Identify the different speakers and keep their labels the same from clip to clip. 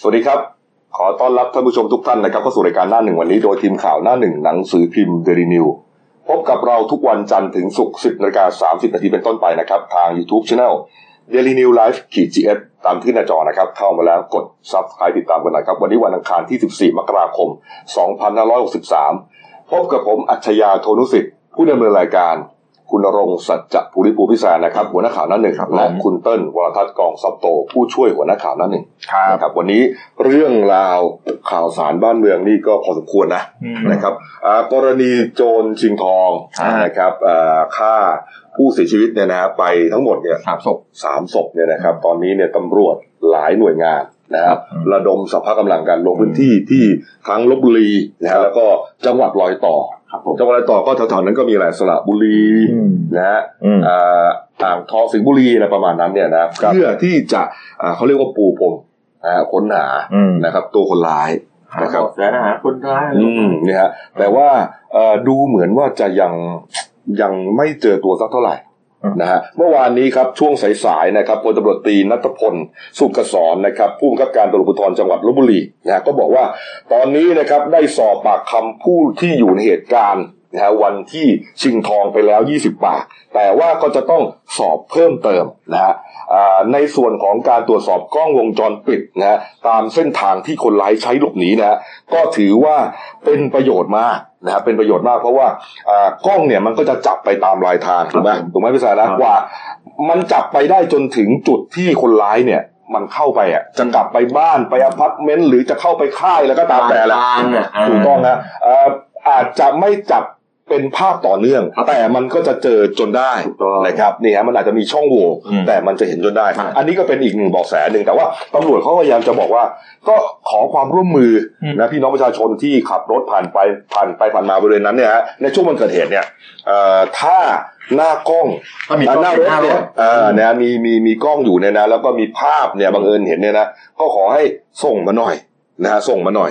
Speaker 1: สวัสดีครับ ขอต้อนรับท่านผู้ชมทุกท่านนะครับเข้าสู่รายการหน้าหนึ่งวันนี้โดยทีมข่าวหน้าหนึ่งหนังสือพิมพ์เดลินิวพบกับเราทุกวันจันทร์ถึงศุกร์10นาฬิกา30นาทีเป็นต้นไปนะครับ ทาง YouTube Channel Daily New Life ขีด GS ตามที่หน้าจอนะครับ เข้ามาแล้วกด Subscribe ติดตามกันหน่อยครับ วันนี้วันอังคารที่ 14 มกราคม 2563 พบกับผมอัจฉริยะโทนุสิทธิ์ผู้ดำเนินรายการ คุณรงค์สัจจภูริภูพิสารนะครับ หัวหน้าข่าวหน้าหนึ่ง
Speaker 2: ครับผม
Speaker 1: และคุณเติ้ลวรทัศน์กองซับโต ผู้ช่วยหัวหน้าข่าวหน้าหนึ่ง
Speaker 2: ครับ
Speaker 1: นะครับวันนี้เรื่องราวข่าวสารบ้านเมืองนี่ก็พอสมควรนะ
Speaker 2: อืม
Speaker 1: นะครับอ่ากรณีโจรชิงทอง
Speaker 2: อ่าน
Speaker 1: นะครับอ่าฆ่าผู้เสียชีวิตเนี่ยนะฮะไปทั้งหมดเนี่ย
Speaker 2: สามศพ
Speaker 1: สามศพเนี่ยนะครับตอนนี้เนี่ยตำรวจหลายหน่วยงานนะครับ
Speaker 2: อืม
Speaker 1: ระดมสรรพกำลังกันลงพื้นที่ที่ทั้งลบบุรีนะ
Speaker 2: ครั
Speaker 1: ฮะ
Speaker 2: บ
Speaker 1: แล้วก็จังหวัดรอยต่อ
Speaker 2: ครับผม
Speaker 1: จังหวัดรอยต่อก็แถวๆนั้นก็มีหลายสระบุรีนะฮะ
Speaker 2: อืม
Speaker 1: อ่าอ่างทองสิงห์บุรีอะไรประมาณนั้นเนี่ยนะครับ เพื่อที่จะอ่าเขาเรียกว่าปูพรมนะฮะค้นหา
Speaker 2: อืม
Speaker 1: นะครับ ตัวคนร้ายนะครับ
Speaker 2: แสนหาคนร้าย
Speaker 1: อืมเนี่ยฮะแต่ว่าเอ่อดูเหมือนว่าจะยังยังไม่เจอตัวสักเท่าไหร่นะฮะเมื่อวานนี้ครับช่วงสายๆนะครับพลตำรวจตรีนัทพลสุขกษรนะครับ ผู้บังคับการตำรวจภูธรจังหวัดลบบุรีนะฮะก็บอกว่าตอนนี้นะครับได้สอบปากคำผู้ที่อยู่ในเหตุการณ์นะฮะวันที่ชิงทองไปแล้ว 20 ปาก แต่ว่าก็จะต้องสอบเพิ่มเติมนะฮะอ่าในส่วนของการตรวจสอบกล้องวงจรปิดนะฮะตามเส้นทางที่คนร้ายใช้หลบหนีนะฮะก็ถือว่าเป็นประโยชน์มากนะฮะเป็นประโยชน์มากเพราะว่าอ่ากล้องเนี่ยมันก็จะจับไปตามรายทางถูกไหมถูกไหมพี่สาระ
Speaker 2: ครับ
Speaker 1: ว่า มันจับไปได้จนถึงจุดที่คนร้ายเนี่ย มันเข้าไปอ่ะจะกลับไปบ้านไปอพาร์ตเมนต์หรือจะเข้าไปค่ายแล้วก็ตามแต่แหละ
Speaker 2: ทางอ่ะา
Speaker 1: ถูกต้องนะเอ่ออาจจะไม่จับเป็นภาพต่อเนื่อง
Speaker 2: ครับ
Speaker 1: แต่มันก็จะเจอจนได้
Speaker 2: ถูกต้อง
Speaker 1: นะครับนี่ฮะมันอาจจะมีช่องโหว่
Speaker 2: อืม
Speaker 1: แต่มันจะเห็นจนได้
Speaker 2: ครับ
Speaker 1: อันนี้ก็เป็นอีกหนึ่งเบอกแสหนึ่งแต่ว่าตำรวจเขาพยายามจะบอกว่า ก็ขอความร่วมมืออ
Speaker 2: ม
Speaker 1: นะพี่น้องประชาชนที่ขับรถผ่านไปผ่านไปผ่านมาบริเวณนั้นเนี่ยฮะในช่วงวันเกิดเหตุเนี่ยเอ่อถ้าหน้ากล้อง
Speaker 2: ถ้ามีกล้อง
Speaker 1: หน้าร
Speaker 2: ติ
Speaker 1: ถ
Speaker 2: ดหน้าร
Speaker 1: เนี่ย
Speaker 2: ถ
Speaker 1: เออนะมีมีมีกล้องอยู่เนี่ยนะ แล้วก็มีภาพเนี่ยบังเอิญเห็นเนี่ยนะก็ขอให้ส่งมาหน่อยนะฮะส่งมาหน่อย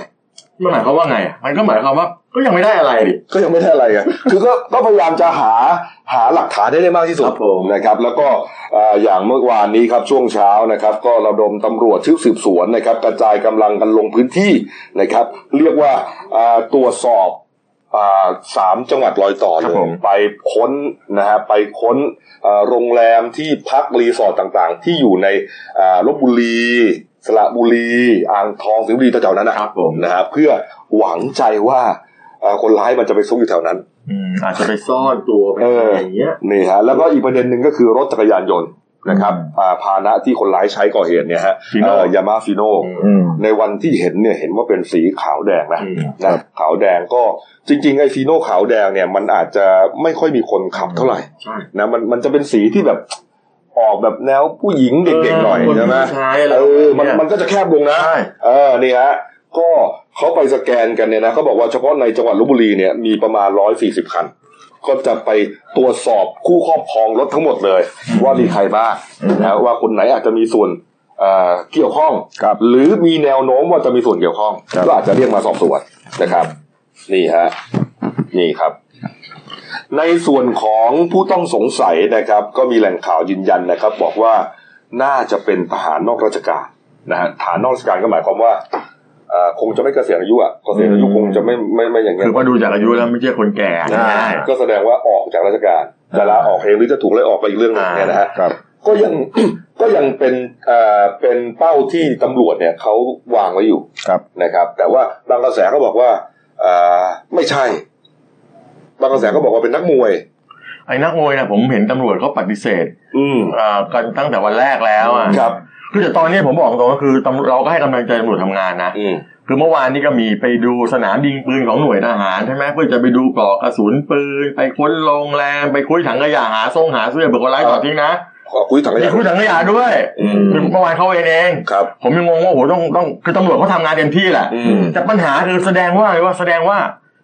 Speaker 2: มันหมายความว่าไงอะมันก็หมายความว่าก็ยังไม่ได้อะไรดิ
Speaker 1: ก็ยังไม่ได้อะไรไง คือก็ก็พยายามจะหาหาหลักฐานให้ได้มากที่สุด
Speaker 2: ครับผม
Speaker 1: นะครับ แล้วก็เอ่ออย่างเมื่อวานนี้ครับช่วงเช้านะครับ ก็ระดมตำรวจชุดสืบสวนนะครับ กระจายกำลังกันลงพื้นที่นะครับ เรียกว่าเอ่อตรวจสอบเอ่อสามจังหวัดรอยต่อ
Speaker 2: ค
Speaker 1: เล
Speaker 2: รับ
Speaker 1: ย
Speaker 2: ผม
Speaker 1: ไปค้นนะฮะไปค้นเอ่อโรงแรมที่พักรีสอร์ทต่างๆ ที่อยู่ในเอ่อลบบุรี สระบุรี อ่างทองสิงห์บุรีแถวๆนั้นนะครับ
Speaker 2: ผม
Speaker 1: นะฮะเพื่อหวังใจว่า เอ่อคนร้ายมันจะไปซุกอยู่แถวนั้น
Speaker 2: อืมอาจจะไปซ่อนตัวไปอะไรอย่างเงี้ย
Speaker 1: นี่ฮะแล้วก็อีกประเด็นหนึ่งก็คือรถจักรยานยนต์นะครับ
Speaker 2: อืม
Speaker 1: อ่าพาหนะที่คนร้ายใช้ก่อเหตุเนี่ยฮะ
Speaker 2: Fino
Speaker 1: ยามาฟิโน
Speaker 2: อืม
Speaker 1: ในวันที่เห็นเนี่ยเห็นว่าเป็นสีขาวแดงนะ
Speaker 2: อืม
Speaker 1: นะขาวแดงก็จริงๆไอ้ฟีโนขาวแดงเนี่ยมันอาจจะไม่ค่อยมีคนขับเท่าไหร่
Speaker 2: ใช่
Speaker 1: นะมันมันจะเป็นสีที่แบบออกแบบแนวผู้หญิงเด็กๆหน่อยใช่ไหม
Speaker 2: ใช่แล้ว
Speaker 1: เออมันมันก็จะแคบลงนะ
Speaker 2: ใช่
Speaker 1: เออนี่ฮะก็เขาไปสแกนกันเนี่ยนะเขาบอกว่าเฉพาะในจังหวัดลบบุรีเนี่ยมีประมาณ 140 คัน ก็จะไปตรวจสอบคู่ครอบครองรถทั้งหมดเลย ว่ามีใครบ้างนะว่าคนไหนอาจจะมีส่วนเอ่อเกี่ยวข้อง หรือมีแนวโน้มว่าจะมีส่วนเกี่ยวข้อง
Speaker 2: ครับ
Speaker 1: ก็อาจจะเรียกมาสอบสวนนะครับ นี่ฮะนี่ครับ ในส่วนของผู้ต้องสงสัยนะครับ ก็มีแหล่งข่าวยืนยันนะครับ บอกว่าน่าจะเป็นทหารนอกราชการนะฮะทหารนอกราชการก็หมายความว่าเอ่อคงจะไม่เกษียณอายุอ่ะเกษียณอายุคงจะไม่ไม่ไม่อย่างเงี้ย
Speaker 2: คือว่าดูจากอายุแล้วไม่ใช่คนแก่
Speaker 1: อ่า
Speaker 2: ใช่
Speaker 1: ก็แสดงว่าออกจากราชการจะลาออกเองหรือจะถูกไล่ออกไปอีกเรื่องหนึงเนี่ยนะฮะ
Speaker 3: ครับ
Speaker 1: ก็ยัง ก็ยังเป็นเอ่อเป็นเป้าที่ตำรวจเนี่ยเขาวางไว้อยู่
Speaker 3: ครับ
Speaker 1: นะครับ แต่ว่าบางกระแสก็บอกว่าเอ่อไม่ใช่ บางกระแสก็บอกว่าเป็นนักมวย
Speaker 2: ไอ้นักมวยนะผมเห็นตำรวจเขาปฏิเสธ
Speaker 1: อืม
Speaker 2: เอ่อกันตั้งแต่วันแรกแล้วอ่ะ
Speaker 1: ครับ
Speaker 2: คือแต่ตอนนี้ผมบอกตรงก็คือตำเราก็ให้กำลังใจตำรวจทำงานนะ
Speaker 1: อืม
Speaker 2: คือเมื่อวานนี้ก็มีไปดูสนามยิงปืนของหน่วยทหารใช่ไหมเพื่อจะไปดูปลอกกระสุนปืน ไปค้นโรงแรมไปคุยถังขยะหาทรงหาเสื้อเบอร์คนร้าย
Speaker 1: ครับ
Speaker 2: ถอดทิ้งนะ
Speaker 1: ขอคุยถังข
Speaker 2: มี
Speaker 1: ยะ
Speaker 2: คุยถังขยะด้วย
Speaker 1: อืม
Speaker 2: คือเมื่อวานเขาเองเอง
Speaker 1: ครับ
Speaker 2: ผมยังงงว่าโอ้โหต้องต้องคือตำรวจเขาทำงานเต็มที่แหละ
Speaker 1: อืม
Speaker 2: แต่ปัญหาคือแสดงว่าอะไรว่าแสดงว่า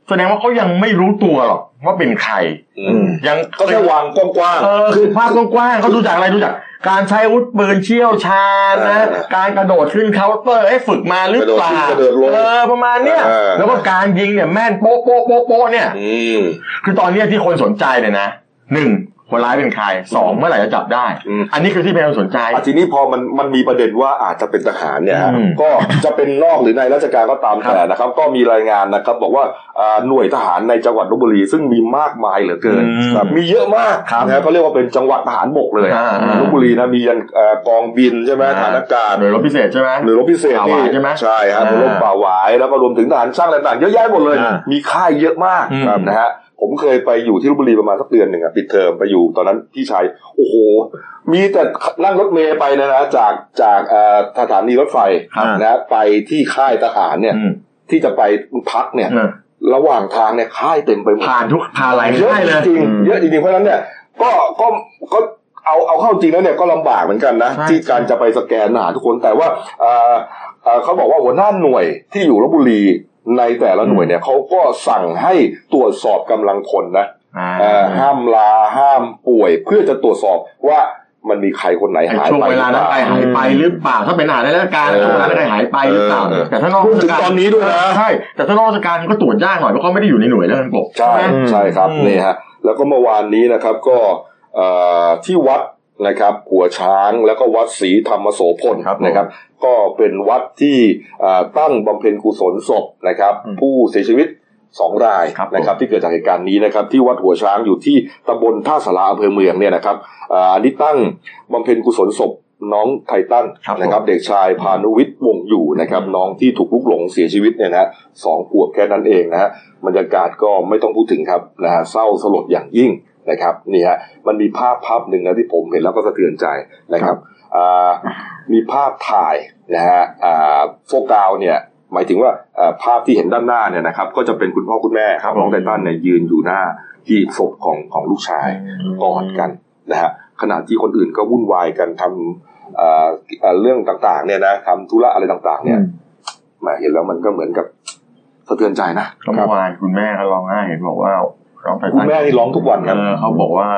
Speaker 2: แสดงว่าเขายังไม่รู้ตัวหรอกว่าเป็นใคร
Speaker 1: อื
Speaker 3: อื
Speaker 1: ม
Speaker 3: ม
Speaker 2: ยัง
Speaker 1: ก็แค่วางกว้าง
Speaker 2: เออ
Speaker 1: ๆ
Speaker 2: คือภาพกว้างๆเขาดูจากอะไรดูจากการใช้อาวุธปืนเชี่ยวชาญนะ
Speaker 1: เออ
Speaker 2: การกระโดดขึ้นเคาน์เตอร์ให้ฝึกมาหรือเปล่าก
Speaker 1: ระโดดขึ้นกระโดดลง
Speaker 2: เออประมาณเนี้ย
Speaker 1: เออ
Speaker 2: แล้วก็การยิงเนี่ยแม่นโป๊ะโป๊ะโป๊ะโป๊ะเนี่ย
Speaker 1: อืม
Speaker 2: คือตอนเนี้ยที่คนสนใจเนี่ยนะหนึ่ง คนร้ายเป็นใครสองเมื่อไหร่จะจับได้
Speaker 1: อืม
Speaker 2: อันนี้คือที่เป็นความสนใจ
Speaker 1: อ่ะทีนี้พอมันมันมีประเด็นว่าอาจจะเป็นทหารเนี่ยฮะ
Speaker 2: อืม
Speaker 1: ก็จะเป็นนอกหรือในราชการก็ตาม
Speaker 2: ครับ
Speaker 1: แต่นะครับ ก็มีรายงานนะครับ บอกว่าอ่าหน่วยทหารในจังหวัดลบบุรี ซึ่งมีมากมายเหลือเกิน
Speaker 2: อืม
Speaker 1: ครับมีเยอะมากนะฮะเขาเรียกว่าเป็นจังหวัดทหารบกเลย
Speaker 2: อ่าอ่า
Speaker 1: ลบบุรีนะมียันเอ่อกองบินใช่ไหม
Speaker 2: อ่า
Speaker 1: ฐานอากาศ
Speaker 2: หน่วยรบพิเศษใช่ไหม
Speaker 1: หรือรบพิเศษ
Speaker 2: ป่าหวายใช่ไหม
Speaker 1: ใช่ครับ
Speaker 2: อ่าร
Speaker 1: บป่าหวายแล้วก็รวมถึงทหารช่างอะไรต่างๆเยอะแยะหมดเลย
Speaker 3: อ่ามี
Speaker 1: มีค่ายเยอะมาก
Speaker 2: อืม
Speaker 1: ครับนะฮะผมเคยไปอยู่ที่ลบบุรีประมาณสักเดือนหนึ่งอะปิดเทอมไปอยู่ตอนนั้นพี่ชายโอ้โห มีแต่นั่งรถเมย์ไปนะนะจากจากเอ่อสถานีรถไฟ
Speaker 3: ครับ
Speaker 1: นะไปที่ค่ายทหารเนี่ย
Speaker 2: อืม
Speaker 1: ที่จะไปพักเนี่ย
Speaker 2: เออ
Speaker 1: ระหว่างทางเนี่ยค่ายเต็มไปหมด
Speaker 2: ผ่านทุกผ่านหลาย
Speaker 1: เยอะ
Speaker 2: ค่ายเลย
Speaker 1: จริง
Speaker 3: อืม
Speaker 1: เยอะจริงๆเพราะฉะนั้นเนี่ยก็ก็ก็เอาเอาเข้าจริงแล้วเนี่ยก็ลำบากเหมือนกันนะ
Speaker 2: ใช่
Speaker 1: ที่การจะไปสแกนหาทุกคนแต่ว่าเอ่อเอ่อเขาบอกว่าหัวหน้าหน่วยที่อยู่ลบบุรีในแต่ละหน่วยเนี่ยเขาก็สั่งให้ตรวจสอบกำลังพลนะ
Speaker 2: อ่า
Speaker 1: เอ่อห้ามลาห้ามป่วยเพื่อจะตรวจสอบว่ามันมีใครคนไหน
Speaker 2: ไอ้
Speaker 1: หาย
Speaker 2: ช่วง
Speaker 1: ไป
Speaker 2: เวลานั้นไป
Speaker 1: หรือเปล่
Speaker 2: หายไปหรือเปล่าถ้าเป็นอาหารในราชการ
Speaker 1: เออ
Speaker 2: ช่วงเวลานั้นไปหายไปหรือเปล่า
Speaker 1: เออ
Speaker 2: แต่ถ้านอก
Speaker 1: รวมถึงตอนนี้ด้วยนะ
Speaker 2: ใช่แต่ถ้านอกราชการก็ตรวจยากหน่อยเพราะเขาไม่ได้อยู่ในหน่วยแล้วกันกบ
Speaker 1: ใช่ใช่ครับ
Speaker 2: อืม
Speaker 1: นี่ฮะแล้วก็เมื่อวานนี้นะครับก็เอ่อที่วัดนะครับหัวช้างแล้วก็วัดศรีธรรมโสพล
Speaker 3: ครับผม
Speaker 1: นะครับ ก็เป็นวัดที่เอ่อตั้งบำเพ็ญกุศลศพนะครับ
Speaker 3: อืม
Speaker 1: ผู้เสียชีวิตสองราย
Speaker 2: ครับผม
Speaker 1: นะครับ ที่เกิดจากเหตุการณ์นี้นะครับ ที่วัดหัวช้างอยู่ที่ตำบลท่าสาราอำเภอเมืองเนี่ยนะครับเอ่ออันนี้ตั้งบำเพ็ญกุศลศพน้องไทตัน
Speaker 2: ครับผม
Speaker 1: นะครับ เด็กชายพานุวิทย์วงอยู่นะครับน้องที่ถูกลุกหลงเสียชีวิตเนี่ยนะฮะสองขวบแค่นั้นเองนะฮะบรรยากาศก็ไม่ต้องพูดถึงครับนะฮะเศร้าสลดอย่างยิ่งนะครับนี่ฮะมันมีภาพภาพหนึ่งนะที่ผมเห็นแล้วก็สะเทือนใจนะครับอ่ามีภาพถ่ายนะฮะอ่าโฟกาวเนี่ยหมายถึงว่าอ่าภาพที่เห็นด้านหน้าเนี่ยนะครับก็จะเป็นคุณพ่อคุณแม่
Speaker 2: ครับ
Speaker 1: น้อง
Speaker 2: ผม
Speaker 1: ไททันเนี่ยยืนอยู่หน้าที่ศพของของลูกชาย กอดกันนะฮะขณะที่คนอื่นก็วุ่นวายกันทำเอ่อเอ่อเรื่องต่างๆ เนี่ยนะทำธุระอะไรต่างๆ เนี่ยแหมาเห็นแล้วมันก็เหมือนกับสะเทือนใจนะ
Speaker 2: เมื่อวานคุณแม่ก็ร้องไห้เห็นบอกว่าร้องไห้
Speaker 1: คุณแม่นี่ร้องทุกวันนะ
Speaker 2: เออเขาบอกว่า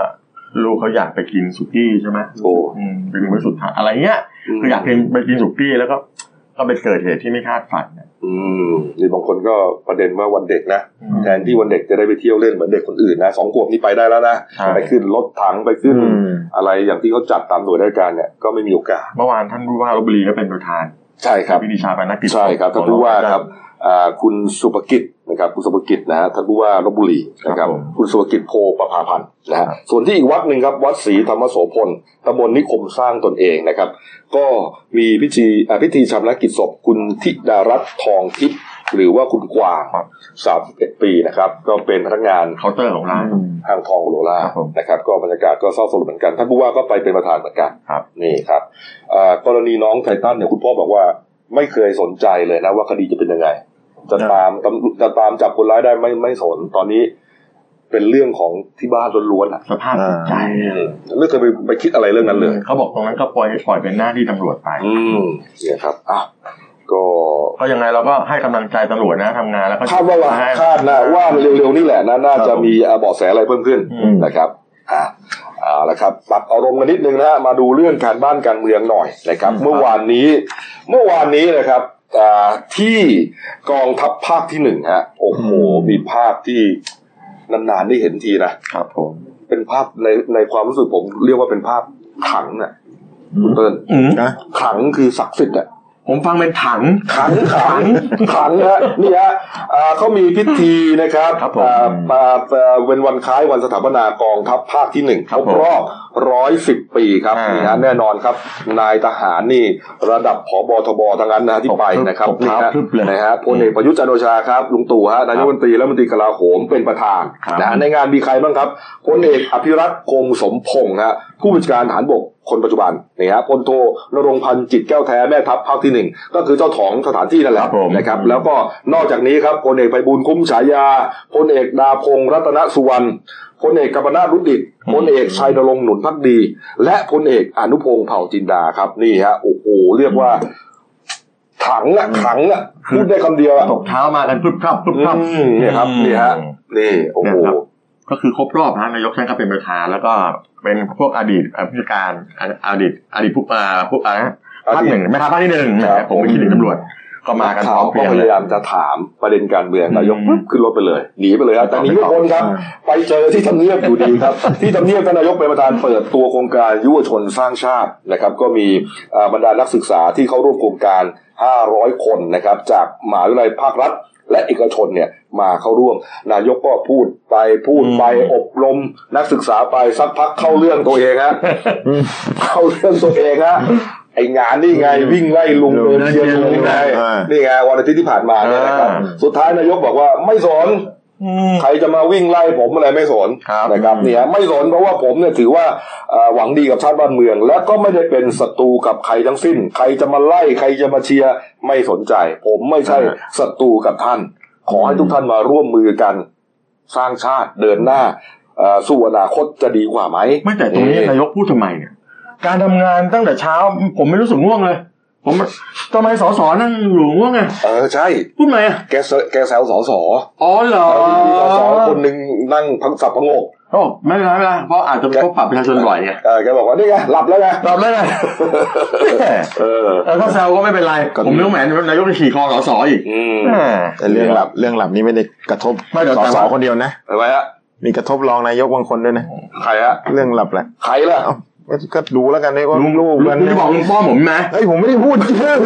Speaker 2: ลูกเขาอยากไปกินสุกี้ใช่ไหม
Speaker 1: โอ้
Speaker 2: อืมเป็นมื้อสุดท้ายอะไรเงี้ยคืออยากกินไปกินสุกี้แล้วก็ก็ไปเกิดเหตุที่ไม่คาดฝันเนี่ย
Speaker 1: อืมหรือบางคนก็ประเด็นว่าวันเด็กนะ
Speaker 2: อืม
Speaker 1: แทนที่วันเด็กจะได้ไปเที่ยวเล่นเหมือนเด็กคนอื่นนะสองขวบนี่ไปได้แล้วนะ
Speaker 2: ใช่
Speaker 1: ไปขึ้นรถถังไป
Speaker 3: อื
Speaker 1: ขึ้น
Speaker 3: ม
Speaker 1: อะไรอย่างที่เขาจัดตามหน่วยราชการเนี่ยก็ไม่มีโอกาส
Speaker 2: เมื่อวานท่านผู้ว่าลบบุรีก็เป็นประธาน
Speaker 1: ใช่ครับ
Speaker 2: พิธีชาปนกิจ
Speaker 1: ใช่ครับท่านผู้ว่าครับอ่าคุณสุภกิจนะครับคุณสุภกิจนะฮะท่านผู้ว่าลบบุรีนะครับ
Speaker 3: ครับผม
Speaker 1: คุณสุภกิจโพประภาพันธ์นะฮะส่วนที่อีกวัดหนึ่งครับวัดศรีธรรมโสพลตำบลนิคมสร้างตนเองนะครับ ก็มีพิธีอ่าพิธีชำระกิจศพคุณธิดารัตน์ทองทิพย์หรือว่าคุณกวางสามเอ็ดปีนะครับ ก็เป็นพนักงาน
Speaker 2: เคาน์เตอร์ของร้าน
Speaker 1: ห้างทองโลล่า
Speaker 2: ครับผม
Speaker 1: นะครับ ก็บรรยากาศก็เศร้าสลดเหมือนกันท่านผู้ว่าก็ไปเป็นประธานเหมือนกัน
Speaker 2: ครับ
Speaker 1: นี่ครับอ่ากรณีน้องไททันเนี่ยคุณพ่อบอกว่า ไม่เคยสนใจเลยนะว่าคดีจะเป็นยังไง จะตามตำจะตามจับคนร้ายได้ไม่ไม่สนตอนนี้ เป็นเรื่องของที่บ้านล้วนๆอ่ะ
Speaker 2: สภาพจิตใจเนี่ย
Speaker 1: ไม่เคยไปไปคิดอะไรเรื่องนั้นเลย
Speaker 2: เขาบอกตรงนั้นก็ปล่อยปล่อยเป็นหน้าที่ตำรวจไป
Speaker 1: อืมเนี่ยครับอ่ะก็
Speaker 2: ก็ยังไงเราก็ให้กำลังใจตำรวจนะทำงานแล้วก็
Speaker 1: คาดว่าว่าคาดนะว่าเร็วๆนี่แหละนะน่าจะมีเอ่อเบาะแสอะไรเพิ่มขึ้น
Speaker 2: อืม
Speaker 1: นะครับอ่าเอาละครับปรับอารมณ์กันนิดนึงนะฮะมาดูเรื่องการบ้านการเมืองหน่อยนะครับ เมื่อวานนี้ เมื่อวานนี้นะครับอ่าที่กองทัพภาคที่หนึ่งฮะโอ้โหมีภาพที่นานๆได้เห็นทีนะครับ
Speaker 2: ผม
Speaker 1: เป็นภาพในในความรู้สึกผมเรียกว่าเป็นภาพขังน่ะคุณเติ้ล
Speaker 2: อืม
Speaker 3: นะ
Speaker 1: ขังคือศักดิ์สิทธิ์อ่ะ
Speaker 2: ผมฟังเป็นถัง
Speaker 1: ขังขังขังฮะนี่ฮะอ่าเขามีพิธีนะครับ
Speaker 2: ครับผม
Speaker 1: อ่าปาปาเป็นวันคล้ายวันสถาปนากองทัพภาคที่หนึ่ง
Speaker 2: ครับผม
Speaker 1: รอบร้อยสิบปีครับ
Speaker 2: อ่านี่
Speaker 1: นี่ฮะแน่นอนครับ นายทหารนี่ระดับผบทบทั้งนั้นนะที่
Speaker 2: ตบ
Speaker 1: ไปนะครับ
Speaker 2: ตบเท้า
Speaker 1: นี่ฮะ
Speaker 2: พรึบเลย
Speaker 1: นะฮะพลเอกประยุทธ์จันทร์โอชาครับลุงตู่ฮะนายกรัฐมนตรีและรัฐมนตรีกลาโหมเป็นประธาน
Speaker 2: ครับ
Speaker 1: นะฮะในงานมีใครบ้างครับพลเอกอภิรัตคงสมพงษ์ฮะผู้บัญชาการฐานบกคนปัจจุบันนี่ฮะพลโทนรงค์พันธ์จิตแก้วแท้แม่ทัพภาคที่หนึ่งก็คือเจ้าของสถานที่นั่นแหละ
Speaker 2: ครับผม
Speaker 1: นะครับ
Speaker 2: อืม
Speaker 1: แล้วก็นอกจากนี้ครับพลเอกไพบูลย์คุ้มฉายาพลเอกดาพงศ์รัตนสุวรรณพลเอกกัมปนาทรุดิต
Speaker 2: อืม
Speaker 1: พลเอกชัยนรงค์หนุนพักดี และพลเอกอนุพงษ์เผ่าจินดาครับนี่ฮะโอ้โหเรียกว่าถังอะถังอะพูดได้คำเดียวอะ
Speaker 2: ตบเท้ามากันพรึบพรับพรึบพรับ
Speaker 1: อืมเนี่ยครับนี่ฮะนี่โอ้โห
Speaker 2: เนี่ยครับ ก็คือครบรอบนะนายกท่านก็เป็นประธานแล้วก็เป็นพวกอดีตผู้จัดการอดีตอดีตผู้อ่าผู้อะไรนะ
Speaker 1: อดีต
Speaker 2: ภาคหนึ่งแม่ทัพภาคที่หนึ่ง
Speaker 1: ครับ
Speaker 2: ผมไม่คิดถึงตำรวจ ก็มากันพ
Speaker 1: ข่า
Speaker 2: ร้อ
Speaker 1: ว
Speaker 2: มเพ
Speaker 1: ก็พ
Speaker 2: รียงเลย
Speaker 1: ยายามจะถามประเด็นการเมืองนายก
Speaker 2: อืม
Speaker 1: ปุ๊บขึ้นรถไปเลยหนีไปเลยครับแต่หนีไม่พ้นครับ
Speaker 2: อืม
Speaker 1: ไปเจอที่ทำเนียบอยู่ดีครับ ที่ทำเนียบท่านนายกเป็นประธานเปิดตัวโครงการยุวชนสร้างชาตินะครับ ก็มีเอ่อบรรดานักศึกษาที่เข้าร่วมโครงการ 500 คนนะครับ จากมหาวิทยาลัยภาครัฐ และเอกชนเนี่ยมาเข้าร่วม นายกก็พูดไปพูดไปอบรม นักศึกษาไปสักพักเข้าเรื่องตัวเองฮะเข้าเรื่องตัวเองฮะ ไองานนี่ไงวิ่งไล่ลุงเดินเชียร์ลุงไง
Speaker 3: อ่า
Speaker 1: นี่ไงวันอาทิตย์ที่ผ่านมาเนี่ยนะครับ
Speaker 2: อ่า
Speaker 1: สุดท้ายนายกบอกว่าไม่สน
Speaker 2: อืม
Speaker 1: ใครจะมาวิ่งไล่ผมอะไรไม่สน
Speaker 2: ครับ
Speaker 1: นะครับเนี่ยไม่สนเพราะว่าผมเนี่ยถือว่าเอ่อหวังดีกับชาติบ้านเมือง และก็ไม่ได้เป็นศัตรูกับใครทั้งสิ้น ใครจะมาไล่ใครจะมาเชียร์ไม่สนใจ ผมไม่ใช่ศัตรูกับท่าน ขอให้ทุกท่านมาร่วมมือกันสร้างชาติเดินหน้าเอ่อสู่อนาคตจะดีกว่าไหม
Speaker 2: ไม่แต่ตรงนี้นายกพูดทำไมเนี่ย การทำงานตั้งแต่เช้า ผมไม่รู้สึกง่วงเลย ผมทำไมสสนั่งอยู่ง่วงไง
Speaker 1: เออใช่
Speaker 2: พูดไหมอะ
Speaker 1: แกเซแกแซวสอสอ
Speaker 2: อ๋อเหรอ
Speaker 1: มีสอสอคนหนึ่งนั่งพังสับพะโงก
Speaker 2: โอ้ไม่เป็นไรไม่เป็นไรเพราะอาจจะพบปรับประชาชนบ่อยไง
Speaker 1: เออแกบอกว่านี่ไงหลับแล้วไง
Speaker 2: ตอบได้ไง
Speaker 1: เออ
Speaker 2: ถ้าแซวก็ไม่เป็นไร
Speaker 3: ก็ดี
Speaker 2: ผมเรื่องแหมนายกจะขี่คอสสอีก
Speaker 1: อืม
Speaker 2: แหม
Speaker 3: แต่เรื่องหลับเรื่องหลับนี่ไม่ได้กระทบ
Speaker 2: ไม่เดี๋ยว
Speaker 3: สอ
Speaker 2: แต่
Speaker 3: สอ
Speaker 2: ว่า
Speaker 3: คนเดียวนะ
Speaker 1: ทำไมฮะ
Speaker 3: มีกระทบรองนายกบางคนด้วยนะ
Speaker 1: ใครฮะ
Speaker 3: เรื่องหลับแหละ
Speaker 1: ใครล่ะ
Speaker 3: เอ้าก็ดูแล้วกันด้วยว่า
Speaker 2: ลุง
Speaker 3: ลูก
Speaker 2: ลุ
Speaker 3: กัน
Speaker 2: งจะบอกลุงป้อมผมไหม
Speaker 3: เอ้ยผมไม่ได้พูดชื่อ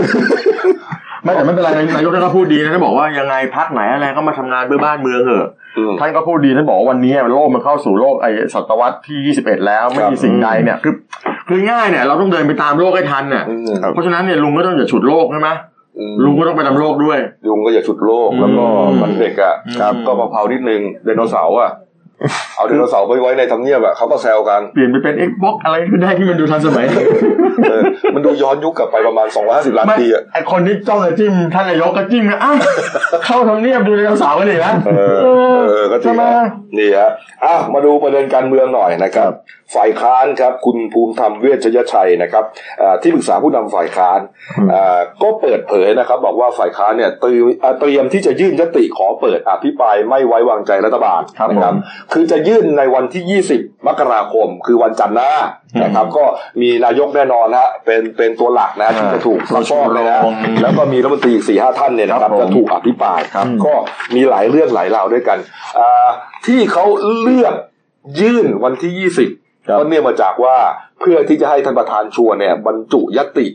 Speaker 2: ไม่แต่ไม่เป็นไรนายนายกท่านก็พูดดีนะท่านบอกว่ายังไงพักไหนอะไรก็มาทำงานเพื่อบ้านเมืองเถอะ
Speaker 1: อืม
Speaker 2: ท่านก็พูดดีท่านบอกว่าวันนี้โลกมันเข้าสู่โลกไอ้ศตวรรษที่ 21 แล้วไม่
Speaker 1: ครับ
Speaker 2: มีสิ่งใดเนี่ยคือคือง่ายเนี่ยเราต้องเดินไปตามโลกให้ทันเนี่ย
Speaker 1: อืม
Speaker 3: ครับ
Speaker 2: เพราะฉะนั้นเนี่ยลุงก็ต้องอย่าฉุดโลกใช่ไหม
Speaker 1: อืม
Speaker 2: ลุงก็ต้องไปตามโลกด้วย
Speaker 1: ยุงก็อย่าฉุดโลก
Speaker 2: อืม
Speaker 1: แล้วก็มันเด็กอ่ะ
Speaker 2: ครับ
Speaker 1: ก็มาเผานิดนึงไดโนเสาร์อ่ะเอาไดโนเสาร์ไปไว้ในทำเนียบอ่ะเขาก็แซวกัน
Speaker 2: เปลี่ยนไปเป็น Xbox อะไรก็ได้ที่มันดูทันสมัย
Speaker 1: เออมันดูย้อนยุคกลับไปประมาณ 250 ล้าน
Speaker 2: ไม่
Speaker 1: ปีอ่ะ
Speaker 2: ไอคนที่จ้องจะจิ้มท่านนายกก็จิ้มนะอ้าวเข้าทำเนียบดูไดโนเสาร์กันอีกนะ
Speaker 1: เออเออก็จริ
Speaker 2: ใช่
Speaker 1: ง
Speaker 2: ไหม
Speaker 1: นะนี่ฮะอ่ะมาดูประเด็นการเมืองหน่อยนะครับ ฝ่ายค้านครับ คุณภูมิธรรมเวชยชัยนะครับอ่าที่ปรึกษาผู้นำฝ่ายค้าน อ่าก็เปิดเผยนะครับบอกว่าฝ่ายค้านเนี่ยเตรียมอ่าเตรียมที่จะยื่นยติขอเปิดอภิปรายไม่ไว้วางใจรัฐบาล
Speaker 2: ครับ
Speaker 1: นะ
Speaker 2: ผม
Speaker 1: คือจะยื่นในวันที่ 20 มกราคม คือวันจันทร์หน้านะครับ ก็มีนายกแน่นอนฮะเป็นเป็นตัวหลักนะที่จะถูก
Speaker 2: เรา
Speaker 1: ซักฟอกเลยนะ
Speaker 2: ชูโรง
Speaker 1: แล้วก็มีรัฐมนตรีอีกสี่ห้าท่านเนี่ยนะครับ
Speaker 2: ครับผม
Speaker 1: จะถูกอภิปรายครับ ก็มีหลายเรื่องหลายราวด้วยกันอ่าที่เขาเลือกยื่นวันที่ 20 ก็เนื่องมาจากว่าเพื่อที่จะให้ท่านประธานชวนเนี่ยบรรจุยติ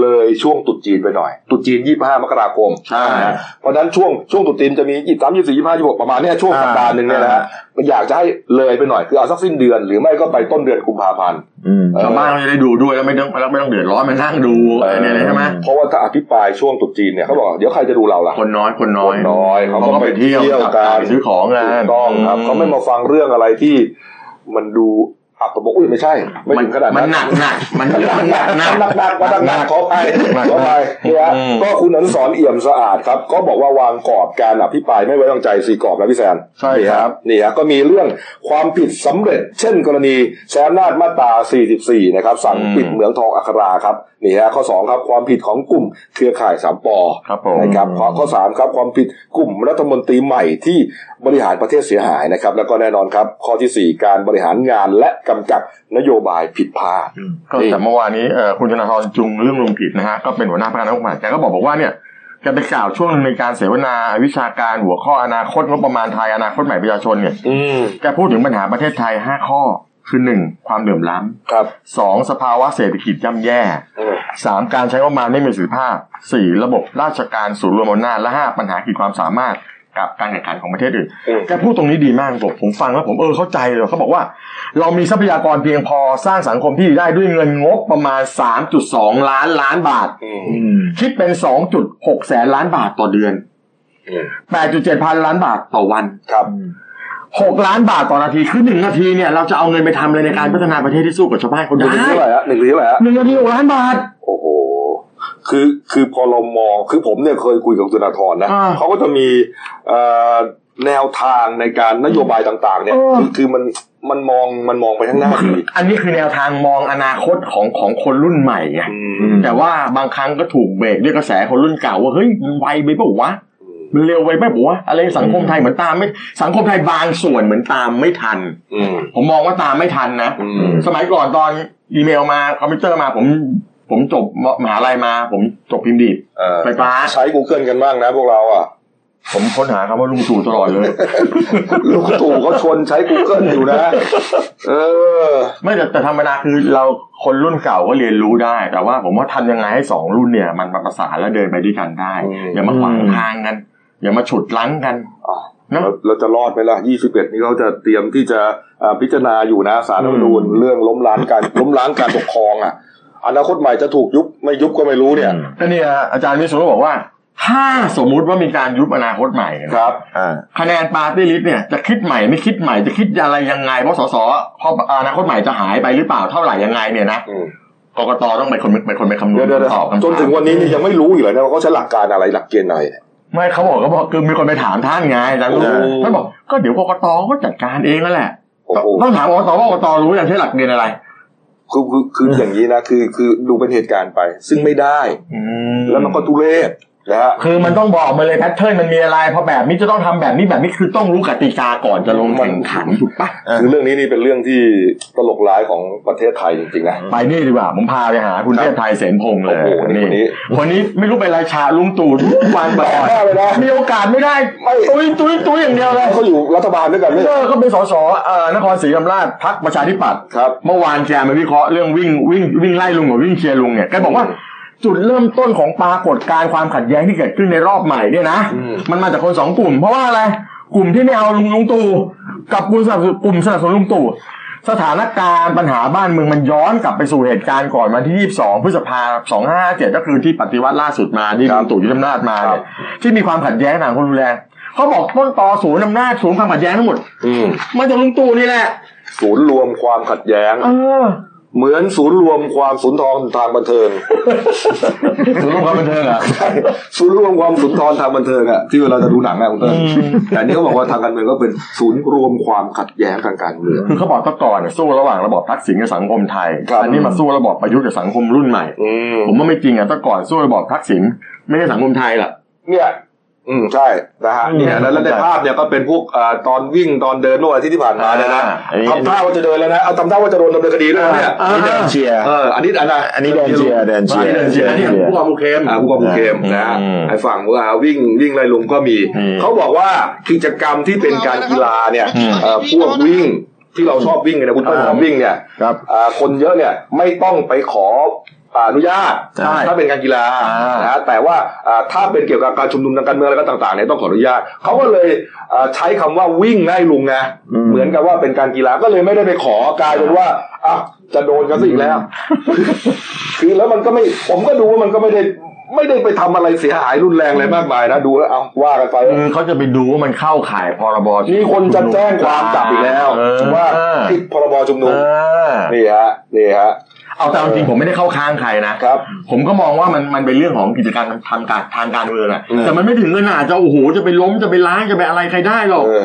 Speaker 1: เลยช่วงตรุษจีนไปหน่อยตรุษจีน 25 มกราคม
Speaker 2: ใช่
Speaker 1: นะเพราะฉะนั้นช่วงช่วงตรุษจีนจะมี 23 24 25 26ประมาณเนี้ยช่วง
Speaker 3: อ่า
Speaker 1: สัปดาห์หนึ่งเนี่ยนะฮะอยากจะให้เลยไปหน่อยคือเอาสักสิ้นเดือน หรือไม่ก็ไปต้นเดือนกุมภาพันธ์
Speaker 3: อืม
Speaker 1: เออ
Speaker 2: ชาวบ้านก็จะได้ดูด้วยแล้วไม่ต้องแล้วไม่ต้องเดือดร้อนมานั่งดูอะไรเนี่ยเลยใช่ไหม
Speaker 1: เพราะว่าถ้าอภิปรายช่วงตรุษจีนเนี่ยเขาบอกเดี๋ยวใครจะดูเราล่ะ
Speaker 2: คนน้อยคนน้อย
Speaker 1: คนน้อยเขาก็
Speaker 2: ก็ไปเที่ยว
Speaker 1: ไปเที่ยว
Speaker 2: กลับ
Speaker 1: กัน
Speaker 2: ไปซื้อของกั
Speaker 1: ถู
Speaker 2: น
Speaker 1: กต้องครับเขาไม่มาฟังเรื่องอะไรที่มันดูอับประมงอุ้ยไม่ใช่ ไม่ถึงขนาด
Speaker 2: มั
Speaker 1: นั้น น
Speaker 2: หนักหนักมันเยอะมันหนักหนัก
Speaker 1: หนักหนักหนักหนักขอไปขอไปเนี่ยฮะ
Speaker 2: อืม
Speaker 1: ก็คุณอนุสรณ์เอี่ยมสะอาดครับ ก็บอกว่าวางกรอบการอภิปรายไม่ไว้วางใจสี่กรอบนะพี่แซน
Speaker 3: ใช่ครับ
Speaker 1: นี่ฮะก็มีเรื่องความผิดสำเร็จ เช่นกรณีแซมนาจมาตรา 44 นะครับ สั่งปิดเหมืองทองอัคราครับนี่ฮะข้อ 2 ครับความผิดของกลุ่มเครือข่ายสามปอ
Speaker 2: ครับผม
Speaker 1: นะครับข้อข้อสามครับความผิดกลุ่มรัฐมนตรีใหม่ที่บริหารประเทศเสียหายนะครับ แล้วก็แน่นอนครับ ข้อที่สี่การบริหารงานและกำกับนโยบายผิดพลาด
Speaker 2: ก็แต่เมื่อวานนี้เอ่อคุณธนาธรจุงเรื่องลงกิจนะฮะก็เป็นหัวหน้าพนักงานนายกใหม่แกก็บอกบอกว่าเนี่ยแกไปกล่าวช่วงหนึ่งในการเสวนาวิชาการหัวข้ออนาคตงบประมาณไทยอนาคตใหม่ประชาชนเนี่ย
Speaker 1: อืม
Speaker 2: แกพูดถึงปัญหาประเทศไทย 5 ข้อคือ 1. ความเหลื่อมล้
Speaker 1: ครับ
Speaker 2: ำสองสภาวะเศรษฐกิจย่ำแย่ สามการใช้งบประมาณไม่มีประสิทธิภาพสี่ระบบราชการศูนย์รวมอำนาจและห้าปัญหาขีดความสามารถกับการแข่งขันของประเทศอื่น
Speaker 1: อืม
Speaker 2: แกพูดตรงนี้ดีมากผมผมฟังแล้วผมเออเข้าใจเลยเขาบอกว่า เรามีทรัพยากรเพียงพอสร้างสังคมที่ดีได้ด้วยเงินงบประมาณ 3.2 ล้านล้านบาท
Speaker 1: อืม
Speaker 3: อืม
Speaker 2: คิดเป็น 2.6 แสนล้านบาทต่อเดือน
Speaker 1: อืม
Speaker 2: 8.7 พันล้านบาทต่อวัน
Speaker 1: ครับ
Speaker 2: 6 ล้านบาทต่อนาทีคือหนึ่งนาทีเนี่ยเราจะเอาเงินไปทำอะไรในการพัฒนาประเทศที่สู้กับชาวบ้านคน
Speaker 1: หนึ่ง
Speaker 2: ได้
Speaker 1: เท่าไหร่ฮะหนึ่งเท่าไหร่ฮะ
Speaker 2: หนึ่งนาทีหกล้านบาท
Speaker 1: โอ้โห คือ คือพอเรามอง คือผมเนี่ยเคยคุยกับคุณธนาธรนะ
Speaker 2: อ่า
Speaker 1: เขาก็จะมีเอ่อแนวทางในการนโยบายต่าง ๆ เนี่ย
Speaker 2: เออ
Speaker 1: คือคือมัน มันมอง มันมองไปข้างหน้าดี
Speaker 2: อันนี้คือแนวทางมองอนาคตของของคนรุ่นใหม่ไง
Speaker 1: อื
Speaker 3: อื
Speaker 1: ม
Speaker 3: ม
Speaker 2: แต่ว่าบางครั้งก็ถูกเบรกด้วยกระแสคนรุ่นเก่าว่าเฮ้ยมันไวไปเปล่าวะ มันเร็วไปเปล่าวะอะไรสังคมไทยเหมือนตามไม่สังคมไทยบางส่วนเหมือนตามไม่ทัน
Speaker 1: อืม
Speaker 2: ผมมองว่าตามไม่ทันนะ
Speaker 1: อืม
Speaker 2: สมัยก่อนตอนอีเมลมาคอมพิวเตอร์มาผม ผมจบมหาลัยมา ผมจบพิมพ์ดีด
Speaker 1: เอ่อ
Speaker 2: ไฟฟ้า
Speaker 1: ใช้ Google กันบ้างนะพวกเราอ่ะ
Speaker 2: ผมค้นหาคำว่าลุงตู่ตลอดเลย
Speaker 1: ลูกตู่เขาชวนใช้ Google อยู่นะ เออ
Speaker 2: ไม่แต่แต่ธรรมดาคือเราคนรุ่นเก่าก็เรียนรู้ได้ แต่ว่าผมว่าทำยังไงให้สองรุ่นเนี่ย มันมาประสานแล้วเดินไปด้วยกันได้
Speaker 1: อืม
Speaker 2: อย่ามาขวางทางกัน อย่ามาฉุดรั้งกัน
Speaker 1: อ่ะ
Speaker 2: นะ
Speaker 1: เราเราจะรอดไหมล่ะ 21 นี่เขาจะเตรียมที่จะอ่าพิจารณาอยู่นะสารรัฐธรรมนูญเรื่องล้มล้างการ ล้มล้างการปกครองอ่ะ อนาคตใหม่จะถูกยุบไม่ยุบก็ไม่รู้เนี่ย
Speaker 2: ก็เนี่ยอาจารย์วิศนุบอกว่า ถ้าสมมุติว่ามีการยุบอนาคตใหม่เนี่ยนะครับ
Speaker 3: อ่า
Speaker 2: คะแนนปาร์ตี้ลิสต์เนี่ยจะคิดใหม่ไม่คิดใหม่จะคิดอะไรยังไงเพราะสสเพราะอนาคตใหม่จะหายไปหรือเปล่าเท่าไหร่ยังไงเนี่ยนะ
Speaker 1: อืม
Speaker 2: กกตต้องไปคนไปคนไปคำนว
Speaker 1: เดี๋ย
Speaker 2: ณ
Speaker 1: วเดี๋ยวเดี๋ยว
Speaker 2: ตอบคำถาม
Speaker 1: จนถึงวันนี้นี่ยังไม่รู้อยู่เลยนะว่าเขาใช้หลักการอะไรหลักเกณฑ์อะไร
Speaker 2: ไม่เขาบอกก็บอกคือมีคนไปถามท่านไงอาจารย์วิศนุ
Speaker 1: โอ้
Speaker 2: ท่านบอกก็เดี๋ยวกกตก็จัดการเองนั่นแหละ
Speaker 1: โอ้โห
Speaker 2: ต้องถามกตว่ากตรู้อย่างใช่หลักเกณฑ์อะไร
Speaker 1: คือคือคืออย่างนี้นะคือคือดูเป็นเหตุการณ์ไป ซึ่งไม่ได้ แล้วมันก็ทุเรศนะฮะ
Speaker 2: คือมันต้องบอกมาเลยแพทเทิร์นมันมีอะไรเพอแบบนี้จะต้องทำแบบนี้แบบนี้คือต้องรู้กติกาก่อนจะลงแข่งขันถูกปะ
Speaker 3: เออ
Speaker 1: คือเรื่องนี้นี่เป็นเรื่องที่ตลกร้ายของประเทศไทยจริงๆนะ
Speaker 2: ไปนี่ดีกว่าผมพาไปหาคุณเทพไทยเสนพงษ์เลย
Speaker 1: โอ้โหนี่คนนี้
Speaker 2: คนนี้ไม่รู้เป็นไรชาลุงตู่ทุกวันตลอด
Speaker 1: แปลกมากเลยนะ
Speaker 2: มีโอกาสไม่ได้
Speaker 1: ไม่
Speaker 2: ตุ้ยตุ้ยตุ้ยอย่างเดียวเลย
Speaker 1: เขาอยู่รัฐบาลด้วยกันไหม
Speaker 2: เออเขาเป็นสสเอ่อนครศรีธรรมราชพรรคประชาธิปัตย์
Speaker 1: ครับ
Speaker 2: เมื่อวานแกมาวิเคราะห์เรื่องวิ่งวิ่งวิ่งไล่ลุงกับวิ่งเชียร์ลุงเนี่ยแกบอกว่า จุดเริ่มต้นของปรากฏการณ์ความขัดแย้งที่เกิดขึ้นในรอบใหม่เนี่ยนะ
Speaker 1: อืม
Speaker 2: มันมาจากคนสองกลุ่ม เพราะว่าอะไรกลุ่มที่ไม่เอาลุงลุงตู่กับกลุ่มสนับสนุนกลุ่มสนับสนุนลุงตู่สถานการณ์ปัญหาบ้านเมืองมันย้อนกลับไปสู่เหตุการณ์ก่อนวันที่ 22 พฤษภาคม 2557 ก็คือที่ปฏิวัติล่าสุดมาที่ลุงตู่ยึดอำนาจมาเนี่ยที่มีความขัดแย้งทางคนรุนแรงเขาบอกต้นตอศูนย์อำนาจศูนย์ความขัดแย้งทั้งหมด
Speaker 1: อืม
Speaker 2: มาจากลุงตู่นี่แหละ
Speaker 1: ศูนย์รวมความขัดแย้ง
Speaker 2: เออ
Speaker 1: เหมือนศูนย์รวมความสุนทรทางบันเทิง
Speaker 2: ศูนย์รวมความบันเทิงเหรอ่ะ
Speaker 1: ศูนย์รวมความสุนทรทางบันเทิงอะที่เวลาจะดูหนังอะคุณเติ้ลแต่อันนี้เขาบอกว่าทางการเมืองก็เป็นศูนย์รวมความขัดแย้งทางการเมือง
Speaker 2: คือเขาบอกแตะก่อนเนี่ยสู้ระหว่างระบอบทักษิณกับสังคมไทย
Speaker 1: ครับ
Speaker 2: อันนี้มาสู้ระบอบประยุทธ์กับสังคมรุ่นใหม่
Speaker 1: อืม
Speaker 2: ผมว่าไม่จริงอ่ะแตะก่อนสู้ระบอบทักษิณไม่ใช่สังคมไทยหรอก
Speaker 1: เนี่ยอืมใช่นะฮะ
Speaker 2: อืม
Speaker 1: เนี่ยแล้วแล้วในภาพเนี่ยก็เป็นพวกอ่าตอนวิ่งตอนเดินเมื่อวันอาทิตย์ที่ผ่านมาเนี่ยนะ
Speaker 2: อ่าอันนี้
Speaker 1: ทำท่าว่าจะเดินแล้วนะเอาทำท่าว่าจะโดนดำเนินคดีด้วยนะเนี่ย
Speaker 2: อ่า
Speaker 3: นี่เดินเชียร์
Speaker 1: เอออันนี้อันนะ
Speaker 3: อันนี้เดินเชียร์เดินเชียร์
Speaker 2: เดินเชียร์เนี่ยผู้กองบุเคม
Speaker 1: อ่าผู้กองบุญเคมนะฮะ
Speaker 2: อืม
Speaker 1: ไอ้ฝั่งว่าวิ่งวิ่งไล่ลุงก็มี
Speaker 2: อืม
Speaker 1: เขาบอกว่ากิจกรรมที่เป็นการกีฬาเนี่ย
Speaker 2: อืม
Speaker 1: เอ่อพวกวิ่งที่เราชอบวิ่งกันนะคุณเติ้ลชอบวิ่งเนี่ย
Speaker 3: ครับ
Speaker 1: อ่าคนเยอะเนี่ยไม่ต้องไปขออ่าอนุญาต
Speaker 2: ใช่
Speaker 1: ถ้าเป็นการกีฬา
Speaker 2: อ่าน
Speaker 1: นะแต่ว่าอ่าถ้าเป็นเกี่ยวกับการชุมนุมทางการเมืองอะไรก็ต่างๆเนี่ยต้องขออนุญาตเขาก็เลยอ่าใช้คำว่าวิ่งไล่ลุงไง
Speaker 3: อืม
Speaker 1: เหมือนกับว่าเป็นการกีฬาก็เลยไม่ได้ไปขอกลายเป็นว่าอ่ะจะโดนกันซะอีกแล้ว คือแล้วมันก็ไม่ผมก็ดูว่ามันก็ไม่ได้ไม่ได้ไปทำอะไรเสียหายรุนแรงอะไรมากมายนะดูแล้วเอาว่ากันไป
Speaker 2: คือเขาจะไปดูว่ามันเข้าข่ายพรบ
Speaker 1: นี่คนจะแจ้งความจับอีกแล้ว
Speaker 2: เออ
Speaker 1: ว่า
Speaker 2: เออ
Speaker 1: ผิดพรบชุมนุม
Speaker 2: เออ
Speaker 1: นี่ฮะนี่ฮะ
Speaker 2: เอาแต่จริงๆผมไม่ได้เข้าข้างใครนะ
Speaker 1: ครับ
Speaker 2: ผมก็มองว่ามันมันเป็นเรื่องของกิจการทางการทางการเมืองอะ
Speaker 1: อืม
Speaker 2: แต่มันไม่ถึงขนาดจะโอ้โหจะไปล้มจะไปล้างจะไปอะไรใครได้หรอก
Speaker 1: เออ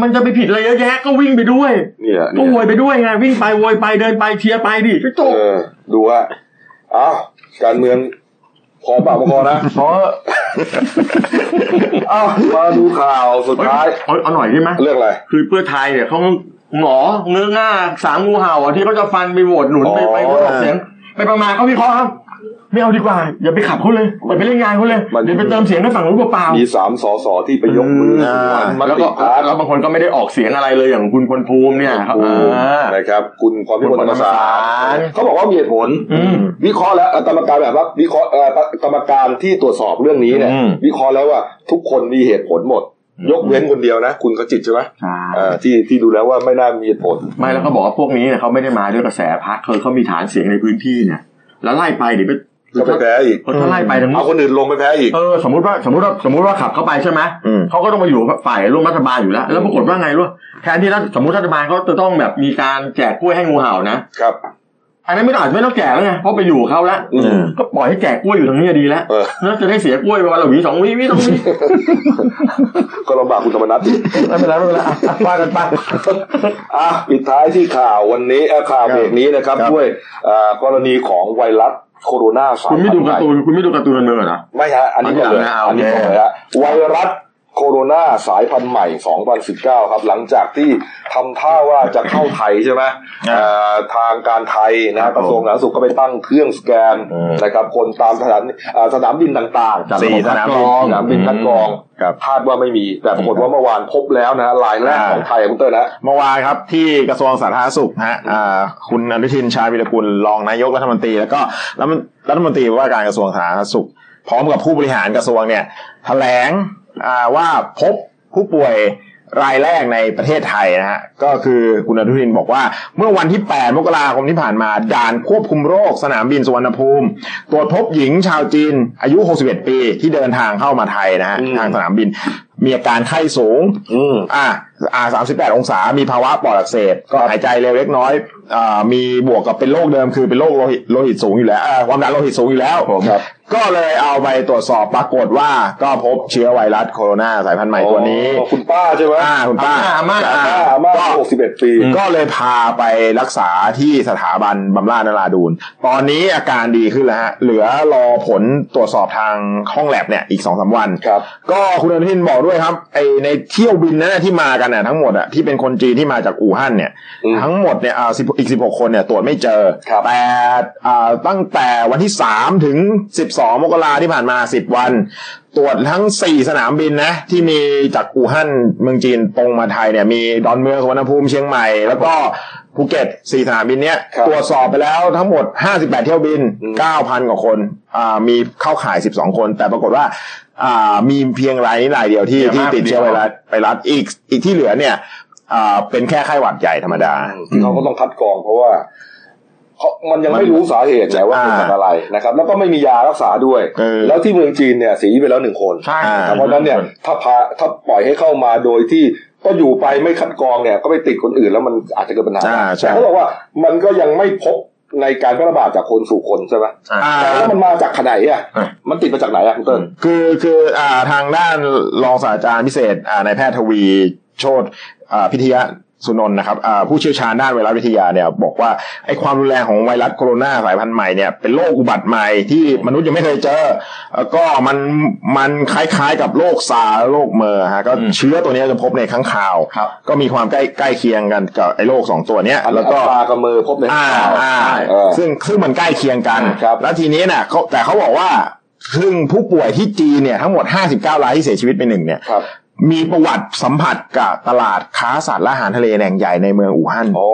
Speaker 2: มันจะไปผิดอะไรเยอะแยะก็วิ่งไปด้วย
Speaker 1: เนี่ย
Speaker 2: ก็
Speaker 1: เนี่ย
Speaker 2: โวยไปด้วยไงวิ่งไปโวยไปเดินไปเชียร์ไปดิก็จบ
Speaker 1: เออ ดูฮะอ้าวการเมืองพอเปล่าพอนะ
Speaker 2: เพราะ
Speaker 1: อ้าวมาดูข่าวสุดท้าย
Speaker 2: เอาเอาหน่อยได้ไหม
Speaker 1: เรื่องอะไร
Speaker 2: คือเพื่อไทยเนี่ยเขาหงอเงื้อง่าสามงูเห่าอ่ะที่เขาจะฟันไปโหวตหนุนไป
Speaker 1: อ๋อ
Speaker 2: ไปโหวตออกเสียง ไปประมาณเขาวิเคราะห์ครับไม่เอาดีกว่า อย่าไปขับเขาเลยอย่าไปเล่นงานเขาเลยเดี๋ยวไปเติมเสียงให้ฝั่งรู้นเปล่าๆ
Speaker 1: มีสามสอสอที่ไปยกมือ
Speaker 3: อ่า
Speaker 1: สุวรรณม
Speaker 2: แล้ว
Speaker 1: ติ
Speaker 2: ก็
Speaker 1: พัก
Speaker 2: แล้วบางคนก็ไม่ได้ออกเสียงอะไรเลยอย่างคุณพลภูมิเนี่ยครับอ่า
Speaker 1: นะครับ คุณความพิมลธรรมสารเขาบอกว่ามีเหตุผล
Speaker 2: อืม
Speaker 1: วิเคราะห์แล้วเอ่อกรรมการแบบว่าวิเคราะห์เอ่อกรรมการที่ตรวจสอบเรื่องนี้เนี่ย
Speaker 2: อืม
Speaker 1: วิเคราะห์แล้วว่าทุกคนมีเหตุผลหมด ยกเว้นคนเดียวนะ คุณขจิตใช่ไหม
Speaker 2: ใช่
Speaker 1: อ่าที่ที่ดูแล้วว่าไม่น่ามีเหตุผล
Speaker 2: ไม่แล้วเขาบอกว่าพวกนี้เนี่ยเขาไม่ได้มาด้วยกระแสพักเคยเขามีฐานเสียงในพื้นที่เนี่ย แล้วไล่ไปเดี๋ยวไป
Speaker 1: ก็ไปแพ้อีก
Speaker 2: เออถ้าไล่ไปทั้ง
Speaker 1: เอาคนอื่นลงไปแพ้อีก
Speaker 2: เออสมมติว่าสมมติว่าสมมติว่าขับเข้าไปใช่ไหม
Speaker 3: อืม
Speaker 2: เขาก็ต้องมาอยู่ฝ่ายร่วมรัฐบาลอยู่แล้ว แล้วปรากฏว่าไงรู้ปะแทนที่รัฐสมมติรัฐบาลเขาจะต้องแบบมีการแจกกล้วยให้งูเห่านะครับ อันนั้นไม่ต้องอาจไม่ต้องแจกแล้วไงเพราะไปอยู่กับเขาแล้ว
Speaker 1: อืม
Speaker 2: ก็ปล่อยให้แจกกล้วยอยู่ตรงนี้ดีแล้ว
Speaker 1: เออ
Speaker 2: แล้วจะได้เสียกล้วยไปวันละหวีสองหวีหวีสองหวี
Speaker 1: ก็ลำบากคุณธรรมนัฐอีก
Speaker 2: ไม่เป็นไรไม่เป็นไรอ่ะว่ากันไป
Speaker 1: อ่ะปิดท้ายที่ข่าววันนี้เอ่อข่าวเบรกนี้นะครับ
Speaker 3: ครับ
Speaker 1: ด้วยเอ่อกรณีของไวรัสโคโรนาสาย
Speaker 2: คุณไม่ดู
Speaker 1: พั
Speaker 2: การ์
Speaker 1: ธุ์
Speaker 2: ตู
Speaker 1: ใหม่
Speaker 2: นคุณไม่ดูการ์ตูนกันเลยเหรอ
Speaker 1: ไม่ฮะอันนี้ก่อนเลย
Speaker 2: อันนี้ห
Speaker 1: อันนี้ก่อ
Speaker 2: ลังนะเอา
Speaker 1: น
Speaker 2: โอเค
Speaker 1: เลยฮะไวรัส โคโรนาสายพันธุ์ใหม่ 2019 ครับ หลังจากที่ทำท่าว่าจะเข้าไทยใช่ไหมเอ่อทางการไทย
Speaker 3: ครั
Speaker 1: นะ
Speaker 3: บผม
Speaker 1: กระทรวงสาธารณสุขก็ไปตั้งเครื่องสแกน
Speaker 3: อืม
Speaker 1: นะครับคนตามสถานเอ่อสนามบินต่าง
Speaker 3: จากสี่สนามบิน
Speaker 1: สนามบินคัดกรอง
Speaker 3: ครับ
Speaker 1: คาดว่าไม่มี แต่ปรากฏว่าเมื่อวานพบแล้วนะฮะรายแรกของไทยอะคุณเตอร์นะ
Speaker 3: เมื่อวานครับที่กระทรวงสาธารณสุขฮะอ่าคุณอนุทินชาญวิรกุลรองนายกรัฐมนตรี แล้วก็รัฐมนรัฐมนตรีว่าการกระทรวงสาธารณสุข พร้อมกับผู้บริหารกระทรวงเนี่ยแถลงอ่าว่าพบผู้ป่วยรายแรกในประเทศไทยนะฮะก็คือคุณอนุทินบอกว่า เมื่อวันที่ 8 มกราคมที่ผ่านมา ด่านควบคุมโรคสนามบินสุวรรณภูมิ ตรวจพบหญิงชาวจีน อายุ 61 ปีที่เดินทางเข้ามาไทยนะฮะ
Speaker 1: อืม
Speaker 3: ทางสนามบิน มีอาการไข้สูง
Speaker 1: อืม
Speaker 3: อ่าอ่าสามสิบแปดองศา มีภาวะปอดอักเสบ ก็หายใจเร็วเล็กน้อย อ่า มีบวกกับเป็นโรคเดิมคือเป็นโรคโลหิตโลหิตสูงอยู่แล้วอ่าความดันโลหิตสูงอยู่แล้ว
Speaker 1: ครับ
Speaker 3: ก็เลยเอาไปตรวจสอบปรากฏว่าก็พบเชื้อไวรัสโคโรนาสายพันธุ์ใหม่ตัวนี้
Speaker 1: อ๋อคุณป้าใช่ไหม
Speaker 3: อ่า คุณป้า
Speaker 2: อาม่าอาม่า
Speaker 1: ป้าอาม่าหกสิบเอ็ดปี
Speaker 3: ก็เลยพาไปรักษาที่สถาบันบำราศนราดูน ตอนนี้อาการดีขึ้นแล้วฮะ เหลือรอผลตรวจสอบทางห้องแลบเนี่ยอีกสองสาวัน
Speaker 1: ครับ
Speaker 3: ก็คุณอนุทินบอกด้วยครับไอในเที่ยวบินนั้นนะที่มากันน่ะทั้งหมดอ่ะที่เป็นคนจีนที่มาจากอู่ฮั่นเนี่ย
Speaker 1: อืม
Speaker 3: ทั้งหมดเนี่ยอ่าสิบอีกสิบหกคนเนี่ยตรวจไม่เจอ
Speaker 1: ครับ
Speaker 3: แต่อ่าตั้งแต่วันที่สามถึงสิบสองมกราที่ผ่านมาสิบวัน ตรวจทั้งสี่สนามบินนะที่มีจากอู่ฮั่นเมืองจีนตรงมาไทยเนี่ยมีดอนเมืองสุวรรณภูมิเชียงใหม่ แล้วก็ภูเก็ตสี่สนามบินเนี้ย
Speaker 1: ครับ
Speaker 3: ตรวจสอบไปแล้วทั้งหมด 58 เที่ยวบิน
Speaker 1: อืม
Speaker 3: 9,000 กว่าคนอ่ามีเข้าข่าย 12 คน แต่ปรากฏว่าอ่ามีเพียงรายนี้รายเดียวที่
Speaker 2: เยอะ
Speaker 3: ที่
Speaker 2: มาก
Speaker 3: ติดเชื้อ
Speaker 2: เดี
Speaker 3: ไว
Speaker 2: ยว
Speaker 3: รัสไวรัสอีกอีกที่เหลือเนี่ยอ่าเป็นแค่ไข้หวัดใหญ่ธรรมดา
Speaker 1: เขาก็ต้องคัดกรองเพราะว่าเขามันยังไม่รู้สาเหตุไงว่าเป็นจากอะไรนะครับ แล้วก็ไม่มียารักษาด้วย
Speaker 3: เออ
Speaker 1: แล้วที่เมืองจีนเนี่ยเสียชีวิตไปแล้วหนึ่งคน
Speaker 2: ใช่
Speaker 3: อ่า
Speaker 1: นะครับเพราะฉะนั้นเนี่ยถ้าพาถ้าปล่อยให้เข้ามาโดยที่ก็อยู่ไปไม่คัดกรองเนี่ย ก็ไปติดคนอื่นแล้วมันอาจจะเกิดปัญหา
Speaker 3: อ่าใช่
Speaker 1: แต่เขาบอกว่ามันก็ยังไม่พบในการแพร่ระบาดจากคนสู่คนใช่ไหม
Speaker 3: อ่า
Speaker 1: แต่แล้วมันมาจากขนไหนอ่ะ
Speaker 2: อ่ะ
Speaker 1: มันติดมาจากไหนอ่ะคุณเติ้ล
Speaker 3: คือคืออ่าทางด้านรองศาสตราจารย์พิเศษอ่านายแพทย์ทวีโชตอ่าพิทยะสุนนท์นะครับอ่าผู้เชี่ยวชาญด้านไวรัสวิทยาเนี่ยบอกว่าไอ้ความรุนแรงของไวรัสโคโรนาสายพันธุ์ใหม่เนี่ยเป็นโรคอุบัติใหม่ที่มนุษย์ยังไม่เคยเจอแล้วก็มันมันคล้ายๆกับโรคซาร์โรคเมอร์ฮะก็
Speaker 2: อืม
Speaker 3: เชื้อตัวเนี้ยจะพบในข้างข่าว
Speaker 2: ครับ
Speaker 3: ก็มีความใกล้ใกล้เคียงกันกับไอ้โรคสองตัวเนี้ย
Speaker 1: อัน
Speaker 3: แล้วก็
Speaker 1: อัตรากระเมอพบใน
Speaker 3: อ่า
Speaker 1: ข่าว
Speaker 3: อ่า
Speaker 1: เออ
Speaker 3: ซึ่งซึ่งมันใกล้เคียงกัน
Speaker 1: ครับ
Speaker 3: แล้วทีนี้น่ะเขาแต่เขาบอกว่าซึ่งผู้ป่วยที่จีนเนี่ยทั้งหมด 59 รายที่เสียชีวิตไปหนึ่งเนี่ย
Speaker 1: ครับ
Speaker 3: มีประวัติสัมผัสกับตลาดค้าสัตว์และอาหารทะเลแห่งใหญ่ในเมืองอู่ฮั่น
Speaker 1: โอ้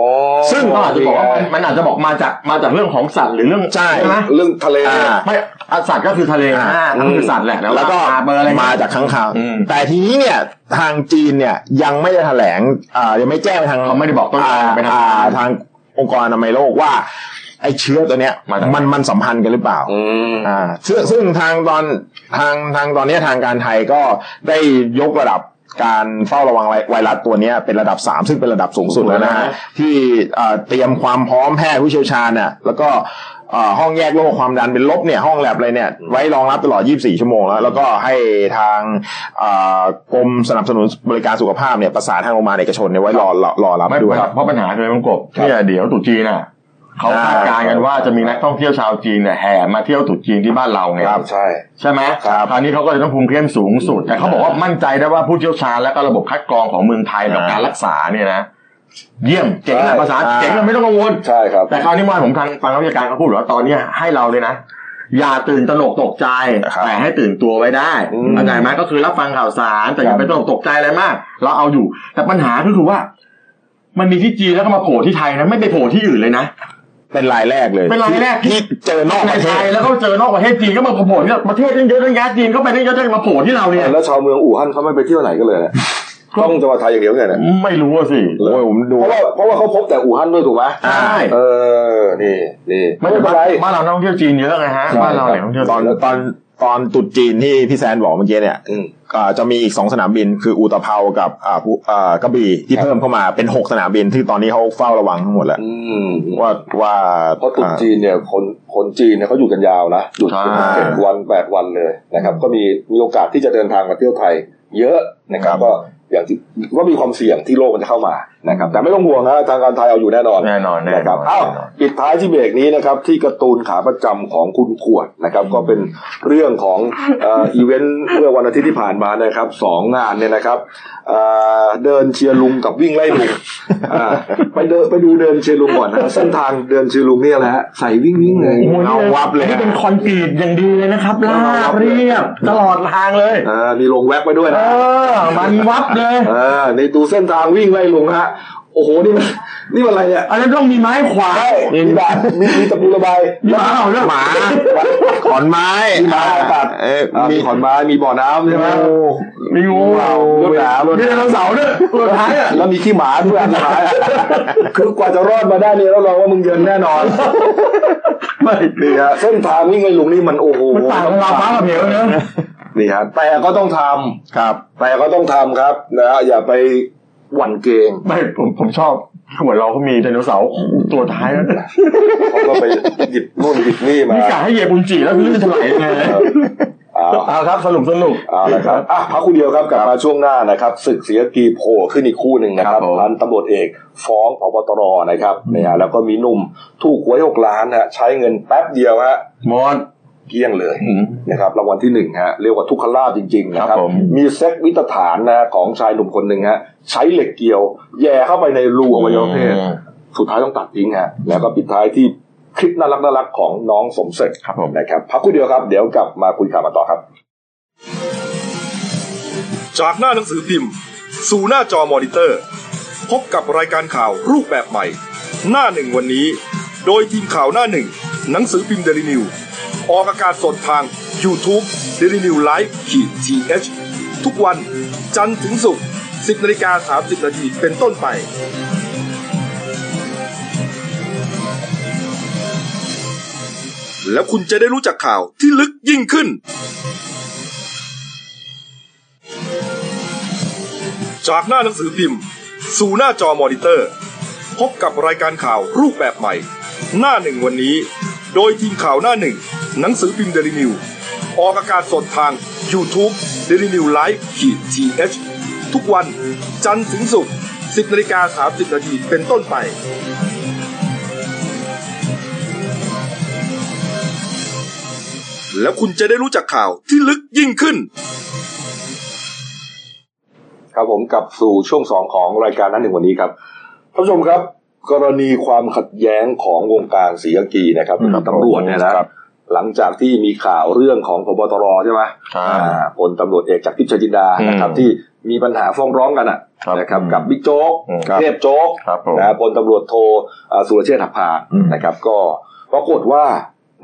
Speaker 2: ซึ่งก็อาจจะบอกว่ามันมันอาจจะบอกมาจากมาจากเรื่องของสัตว์หรือเรื่อง
Speaker 3: ใช่
Speaker 2: ไหม
Speaker 1: เรื่องทะเล
Speaker 3: อ่า
Speaker 2: ไม่อ่ะสัตว์ก็คือทะเลนะ
Speaker 3: อ่า
Speaker 2: ก็คือสัตว์แหละ
Speaker 3: แล้วก็
Speaker 2: มาเบอร์อะไร
Speaker 3: มาจากข้างข่าว
Speaker 2: อืม
Speaker 3: แต่ทีนี้เนี่ยทางจีนเนี่ยยังไม่ได้แถลงอ่ายังไม่แจ้งไปทาง
Speaker 2: เขาไม่ได้บอกต้น
Speaker 3: อ่า
Speaker 2: ทางไปทาง
Speaker 3: อ่าทางองค์กรอนามัยโลกว่าไอ้เชื้อตัวเนี้ย
Speaker 2: มาจาก
Speaker 3: มันมันสัมพันธ์กันหรือเปล่า
Speaker 1: อืม
Speaker 3: อ่าซึ่งซึ่งทางตอนทางทางตอนเนี้ยทางการไทยก็ได้ยกระดับการเฝ้าระวังไวไวรัสตัวเนี้ยเป็นระดับ 3 ซึ่งเป็นระดับสูงสุดแล้วนะฮะที่อ่าเตรียมความพร้อมแพทย์ผู้เชี่ยวชาญน่ะแล้วก็อ่าห้องแยกโรคความดันเป็นลบเนี่ยห้องแลบอะไรเนี่ยไว้รองรับตลอด 24 ชั่วโมงแล้ว แล้วก็ให้ทางอ่ากรมสนับสนุนบริการสุขภาพเนี่ยประสานทางโรงพยาบาลเอกชนเนี่ยไว้รอรอรอรับ
Speaker 2: ไม่
Speaker 3: ด้
Speaker 2: ด้
Speaker 3: ว
Speaker 2: วย ยเพราะปัญหาคืออะไรมังกบเนี่ยเดี๋ยวตรุ๊จีนน่ะเขาคาดการณ์กันว่าจะมีนักท่องเที่ยวชาวจีนเนี่ยแห่มาเที่ยวตรุ๊จีนที่บ้านเราไง
Speaker 1: ครับใช่
Speaker 2: ใช่ไหม
Speaker 1: ครับ
Speaker 2: คราวนี้เขาก็จะต้องภูมิเข้มสูงสุด แต่เขาบอกว่ามั่นใจได้ว่าผู้เชี่ยวชาญและก็ระบบคัดกรองของเมืองไทยกับ
Speaker 3: อ่า
Speaker 2: การรักษาเนี่ยนะ เยี่ยมเจ๋ง
Speaker 1: ใช่
Speaker 2: นะภาษา
Speaker 3: อ่า
Speaker 2: เจ๋งเลยไม่ต้องกังวล
Speaker 1: ใช่ครับ
Speaker 2: แต่คราวนี้เมื่อวานผมทางฟังรัฐการเขาพูดว่าตอนเนี้ยให้เราเลยนะ อย่าตื่นตระหนกตกใจ
Speaker 3: ครับ
Speaker 2: แต่ให้ตื่นตัวไว้ได้
Speaker 1: อืม
Speaker 2: เข้าใจไหมก็คือรับฟังข่าวสาร แต่อ
Speaker 1: ครับ
Speaker 2: ย่าไปตระหนกตกใจอะไรมาก เราเอาอยู่ แต่ปัญหาก็คือว่า มันมีที่จีนแล้วก็มาโผล่ที่ไทยนะไม่ไปโผล่ที่อื่นเลยนะ
Speaker 3: เป็นรายแรกเลย
Speaker 2: เป็นรายแรก
Speaker 3: ที่เจอนอก
Speaker 2: ใน
Speaker 3: ประเท
Speaker 2: ไทย
Speaker 3: ศ
Speaker 2: แล้วก็เจอนอกประเทศจีนก็มาโผล่ที่เราประเทศตั้งเยอะตั้งแยะจีนก็ไปตั้งเยอะตั้งมาโผล่ที่เราเนี่ย
Speaker 1: แล้วชาวเมืองอู่ฮั่นเขาไม่ไปเที่ยวไหนกันเลยนะต้องจังหวัดไทยอย่างเดียวเลยนะ
Speaker 2: ไม่รู้อะสิ
Speaker 3: โอ้ยผมดู
Speaker 1: เพราะว่าเพราะว่าเขาพบแต่อู่ฮั่นด้วยถูกไหม
Speaker 2: ใช่
Speaker 1: เออ นี่นี่
Speaker 2: ไม่
Speaker 1: ไม่
Speaker 2: เป็
Speaker 1: เป็น น
Speaker 2: ไร
Speaker 1: ไร
Speaker 2: บ้านเรานักท่องเที่ยวจีนเยอะไงฮะ
Speaker 1: ใช่
Speaker 2: บ้านเราเนี่ยนักท่องเที่ยว
Speaker 3: ตอนตอนตอนตรุดจีนที่พี่แซนบอกเมื่อกี้เนี่ย
Speaker 1: อืม
Speaker 3: อ่าจะมีอีกสองสนามบินคืออูตะเภากับอ่าผู้อ่ากระบี่ที่
Speaker 1: ครับ
Speaker 3: เพิ่มเข้ามาเป็นหกสนามบินที่ตอนนี้เขาเฝ้าระวังทั้งหมดแล้ว
Speaker 1: อืม
Speaker 3: ว่าว่า
Speaker 1: เพราะตรุ๊
Speaker 3: อ่า
Speaker 1: จีนเนี่ยคนคนจีนเนี่ยเขาหยุดกันยาวนะหยุดกัน
Speaker 3: ใช่
Speaker 1: เจ็ดวันแปดวันเลยนะครับ ก็มีมีโอกาสที่จะเดินทางมาเที่ยวไทย เยอะนะครับ
Speaker 3: ครับ
Speaker 1: ก็อย่าง ว่ามีความเสี่ยงที่โรคมันจะเข้ามานะครับแต่ไม่ต้องห่วงฮะทางการไทยเอาอยู่แน่นอน
Speaker 2: แน่นอนแน่
Speaker 1: นะคน
Speaker 2: อ
Speaker 1: รับ
Speaker 2: น
Speaker 1: เอ้า
Speaker 2: แน่นอน
Speaker 1: ปิดท้ายที่เบรกนี้นะครับที่การ์ตูนขาประจำของคุณขวดนะครับก็เป็นเรื่องของเอ่ออีเวนต์เมื่อวันอาทิตย์ที่ผ่านมานะครับสองงานเนี่ยนะครับเอ่อเดินเชียร์ลุงกับวิ่งไล่ลุงอ่าไปเดินไปดูเดินเชียร์ลุงก่อนนะเส้นทางเดินเชียร์ลุงเนี่ยแหละฮะใส่วิ่งวิ่งๆเลย
Speaker 2: โอ้โหนี่
Speaker 3: เงาวับเลย
Speaker 2: นี่เป็นคอนกรีตอย่างดีเลยนะครับลา
Speaker 1: เงาวั
Speaker 2: บบ
Speaker 1: เลย
Speaker 2: เรียบตลอดทางเลย
Speaker 1: อ่ามีลงแว็บไปด้วย
Speaker 2: เอ
Speaker 1: นะ
Speaker 2: อ มันวับเลย
Speaker 1: เออในดูเส้นทางวิ่งไล่ลุงฮะโอ้โหนี่มันนี่มันอะไรเนี่ย
Speaker 2: อันนั้นต้องมีไม้ขวา
Speaker 1: ใช่มีดาบมีมีตะปูระบาย
Speaker 2: มีเปล่าเรื่อง
Speaker 3: หมา ขอนไม้
Speaker 1: มีหมาตัด
Speaker 3: เอ๊ะ
Speaker 1: อ่ามี
Speaker 3: มี
Speaker 1: ขอนไม้มีบ่อน้ำใช่ไหม
Speaker 3: งู
Speaker 2: มีงู
Speaker 1: เปล่า
Speaker 2: มี
Speaker 1: เปล่า
Speaker 2: ไดโนเสาร์ด้วยตัวท้ายอะ
Speaker 1: แล้วมีขี้หมา ด้วยขี้หมาอ่ะคือกว่าจะรอดมาได้เนี่ยแล้วเราว่ามึงเยินแน่น อน ไม่นี่ฮะเส้นทางวิ่งไล่ลุงนี่มันโอ้โห
Speaker 2: มันต่างกับเราฟ้ากับเหวเนอะ
Speaker 1: นี่ฮะแต่ก็ต้องทำ
Speaker 3: ครับ
Speaker 1: แต่ก็ต้องทำครับนะฮะอย่าไปหวั่นเกรง
Speaker 2: ไม่ผมผมชอบขวดเราก็มีไดโนเสาร์ตัวท้ายแล้ว
Speaker 1: เขาก็ไปหยิบนู่นหยิบนี่มา
Speaker 2: นี่กะให้เหยียบกุญจีแล้วคือจะถลายยังไง
Speaker 1: เอา
Speaker 2: เอาครับสนุกสนุก
Speaker 1: เอาละครับอ่ะพักคุณเดียวครับกลับมาช่วงหน้านะครับศึกเสียกีโผล่ขึ้นอีกคู่หนึ่งนะครับ
Speaker 2: ครับผม
Speaker 1: พันตำรวจเอกฟ้องพบตรนะครับเนี่ยฮะแล้วก็มีหนุ่มถูกหวยหกล้านฮะใช้เงินแป๊บเดียวฮะ
Speaker 2: หมด
Speaker 1: เกลี้ยงเลยนะครับรางวัลที่หนึ่งฮะเรียกว่าทุกขลาบจริงๆนะค
Speaker 2: ครั
Speaker 1: รับบ
Speaker 2: ผม
Speaker 1: มีเซ็กวิตฐานนะของชายหนุ่มคนหนึ่งฮะใช้เหล็กเกี่ยวแย่เข้าไปในรูอวัยวะเพศสุดท้ายต้องตัดทิ้งฮะแล้วก็ปิดท้ายที่คลิปน่ารักน่ารักๆของน้องสมเสร็จ
Speaker 2: ครับผม
Speaker 1: นะครับพักคุณเดียวครับเดี๋ยวกลับมาคุยข่าวมาต่อครับ
Speaker 4: จากหน้าหนังสือพิมพ์ สู่หน้าจอมอนิเตอร์ พบกับรายการข่าวรูปแบบใหม่ หน้าหนึ่งวันนี้ โดยทีมข่าวหน้าหนึ่ง หนังสือพิมพ์เดลินิวออกอากาศสดทาง YouTube d e l i n e w l i v e ขีดทีเทุกวันจันทร์ถึงศุกร์10นาฬิกา30นาทีเป็นต้นไป แล้วคุณจะได้รู้จักข่าวที่ลึกยิ่งขึ้น จากหน้าหนังสือพิมพ์ สู่หน้าจอมอนิเตอร์ พบกับรายการข่าวรูปแบบใหม่ หน้าหนึ่งวันนี้ โดยทีมข่าวหน้าหนึ่ง หนังสือพิมพ์เดลินิวออกอากาศสดทาง YouTube d e l i n e w l i v e ขีดทีเทุกวันจันทร์ถึงศุกร์10นาฬิกา30นาทีเป็นต้นไป แล้วคุณจะได้รู้จักข่าวที่ลึกยิ่งขึ้น
Speaker 1: ครับผมกลับสู่ช่วงสองของรายการนั้นหนึ่งวันนี้ครับท่านผู้ชมครับ กรณีความขัดแย้งของวงการศรีกากีนะครับ
Speaker 2: อืม
Speaker 1: กับตำรวจเนี่ยนะครับ หลังจากที่มีข่าวเรื่องของพบตรใช่ไหม
Speaker 2: ครับ
Speaker 1: อ่าพลตำรวจเอกจากทิพย์ชยจินดานะครับ
Speaker 2: อืม
Speaker 1: ที่มีปัญหาฟ้องร้องกันอะ
Speaker 2: ครับ
Speaker 1: นะครับ
Speaker 2: อืม
Speaker 1: กับบิ๊กโจ๊ก
Speaker 2: อืมครับ
Speaker 1: เทพโจ๊ก
Speaker 2: ครับผม
Speaker 1: นะพลตำรวจโทอ่าสุรเชษฐ์หักพาน
Speaker 2: อืม
Speaker 1: นะครับ ก็ปรากฏว่า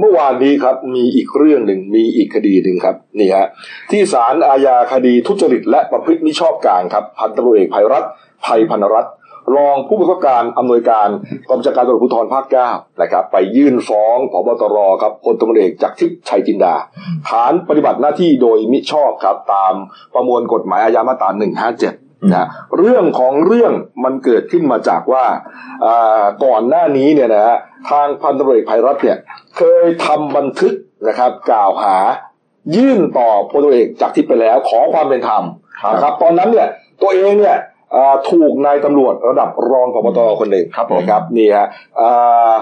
Speaker 1: เมื่อวานนี้ครับมีอีกเรื่องหนึ่งมีอีกคดีหนึ่งครับนี่ฮะ ที่ศาลอาญาคดีทุจริตและประพฤติมิชอบกลางครับ พันตำรวจเอกภัยรัตน์ไพพันรัตน์รองผู้บังคับการอำนวยการกองบัญชาการตำรวจภูธรภาคเก้านะครับ ไปยื่นฟ้องพบตรครับพลตำรวจเอกจากทิพย์ชัยจินดา ฐานปฏิบัติหน้าที่โดยมิชอบครับตามประมวลกฎหมายอาญามาตรา157นะฮะเรื่องของเรื่องมันเกิดขึ้นมาจากว่าอ่าก่อนหน้านี้เนี่ยนะฮะทางพันตำรวจเอกภัยรัตน์เนี่ยเคยทำบันทึกนะครับกล่าวหา ยื่นต่อพลตำรวจเอกจากทิพย์ไปแล้วขอความเป็นธรรม
Speaker 2: ครับ
Speaker 1: นะครับ ตอนนั้นเนี่ยตัวเองเนี่ยเอ่อถูกนายตำรวจระดับรองพบตรคนหนึ่ง
Speaker 2: ครับผม
Speaker 1: นะครับนี่ฮะเอ่อ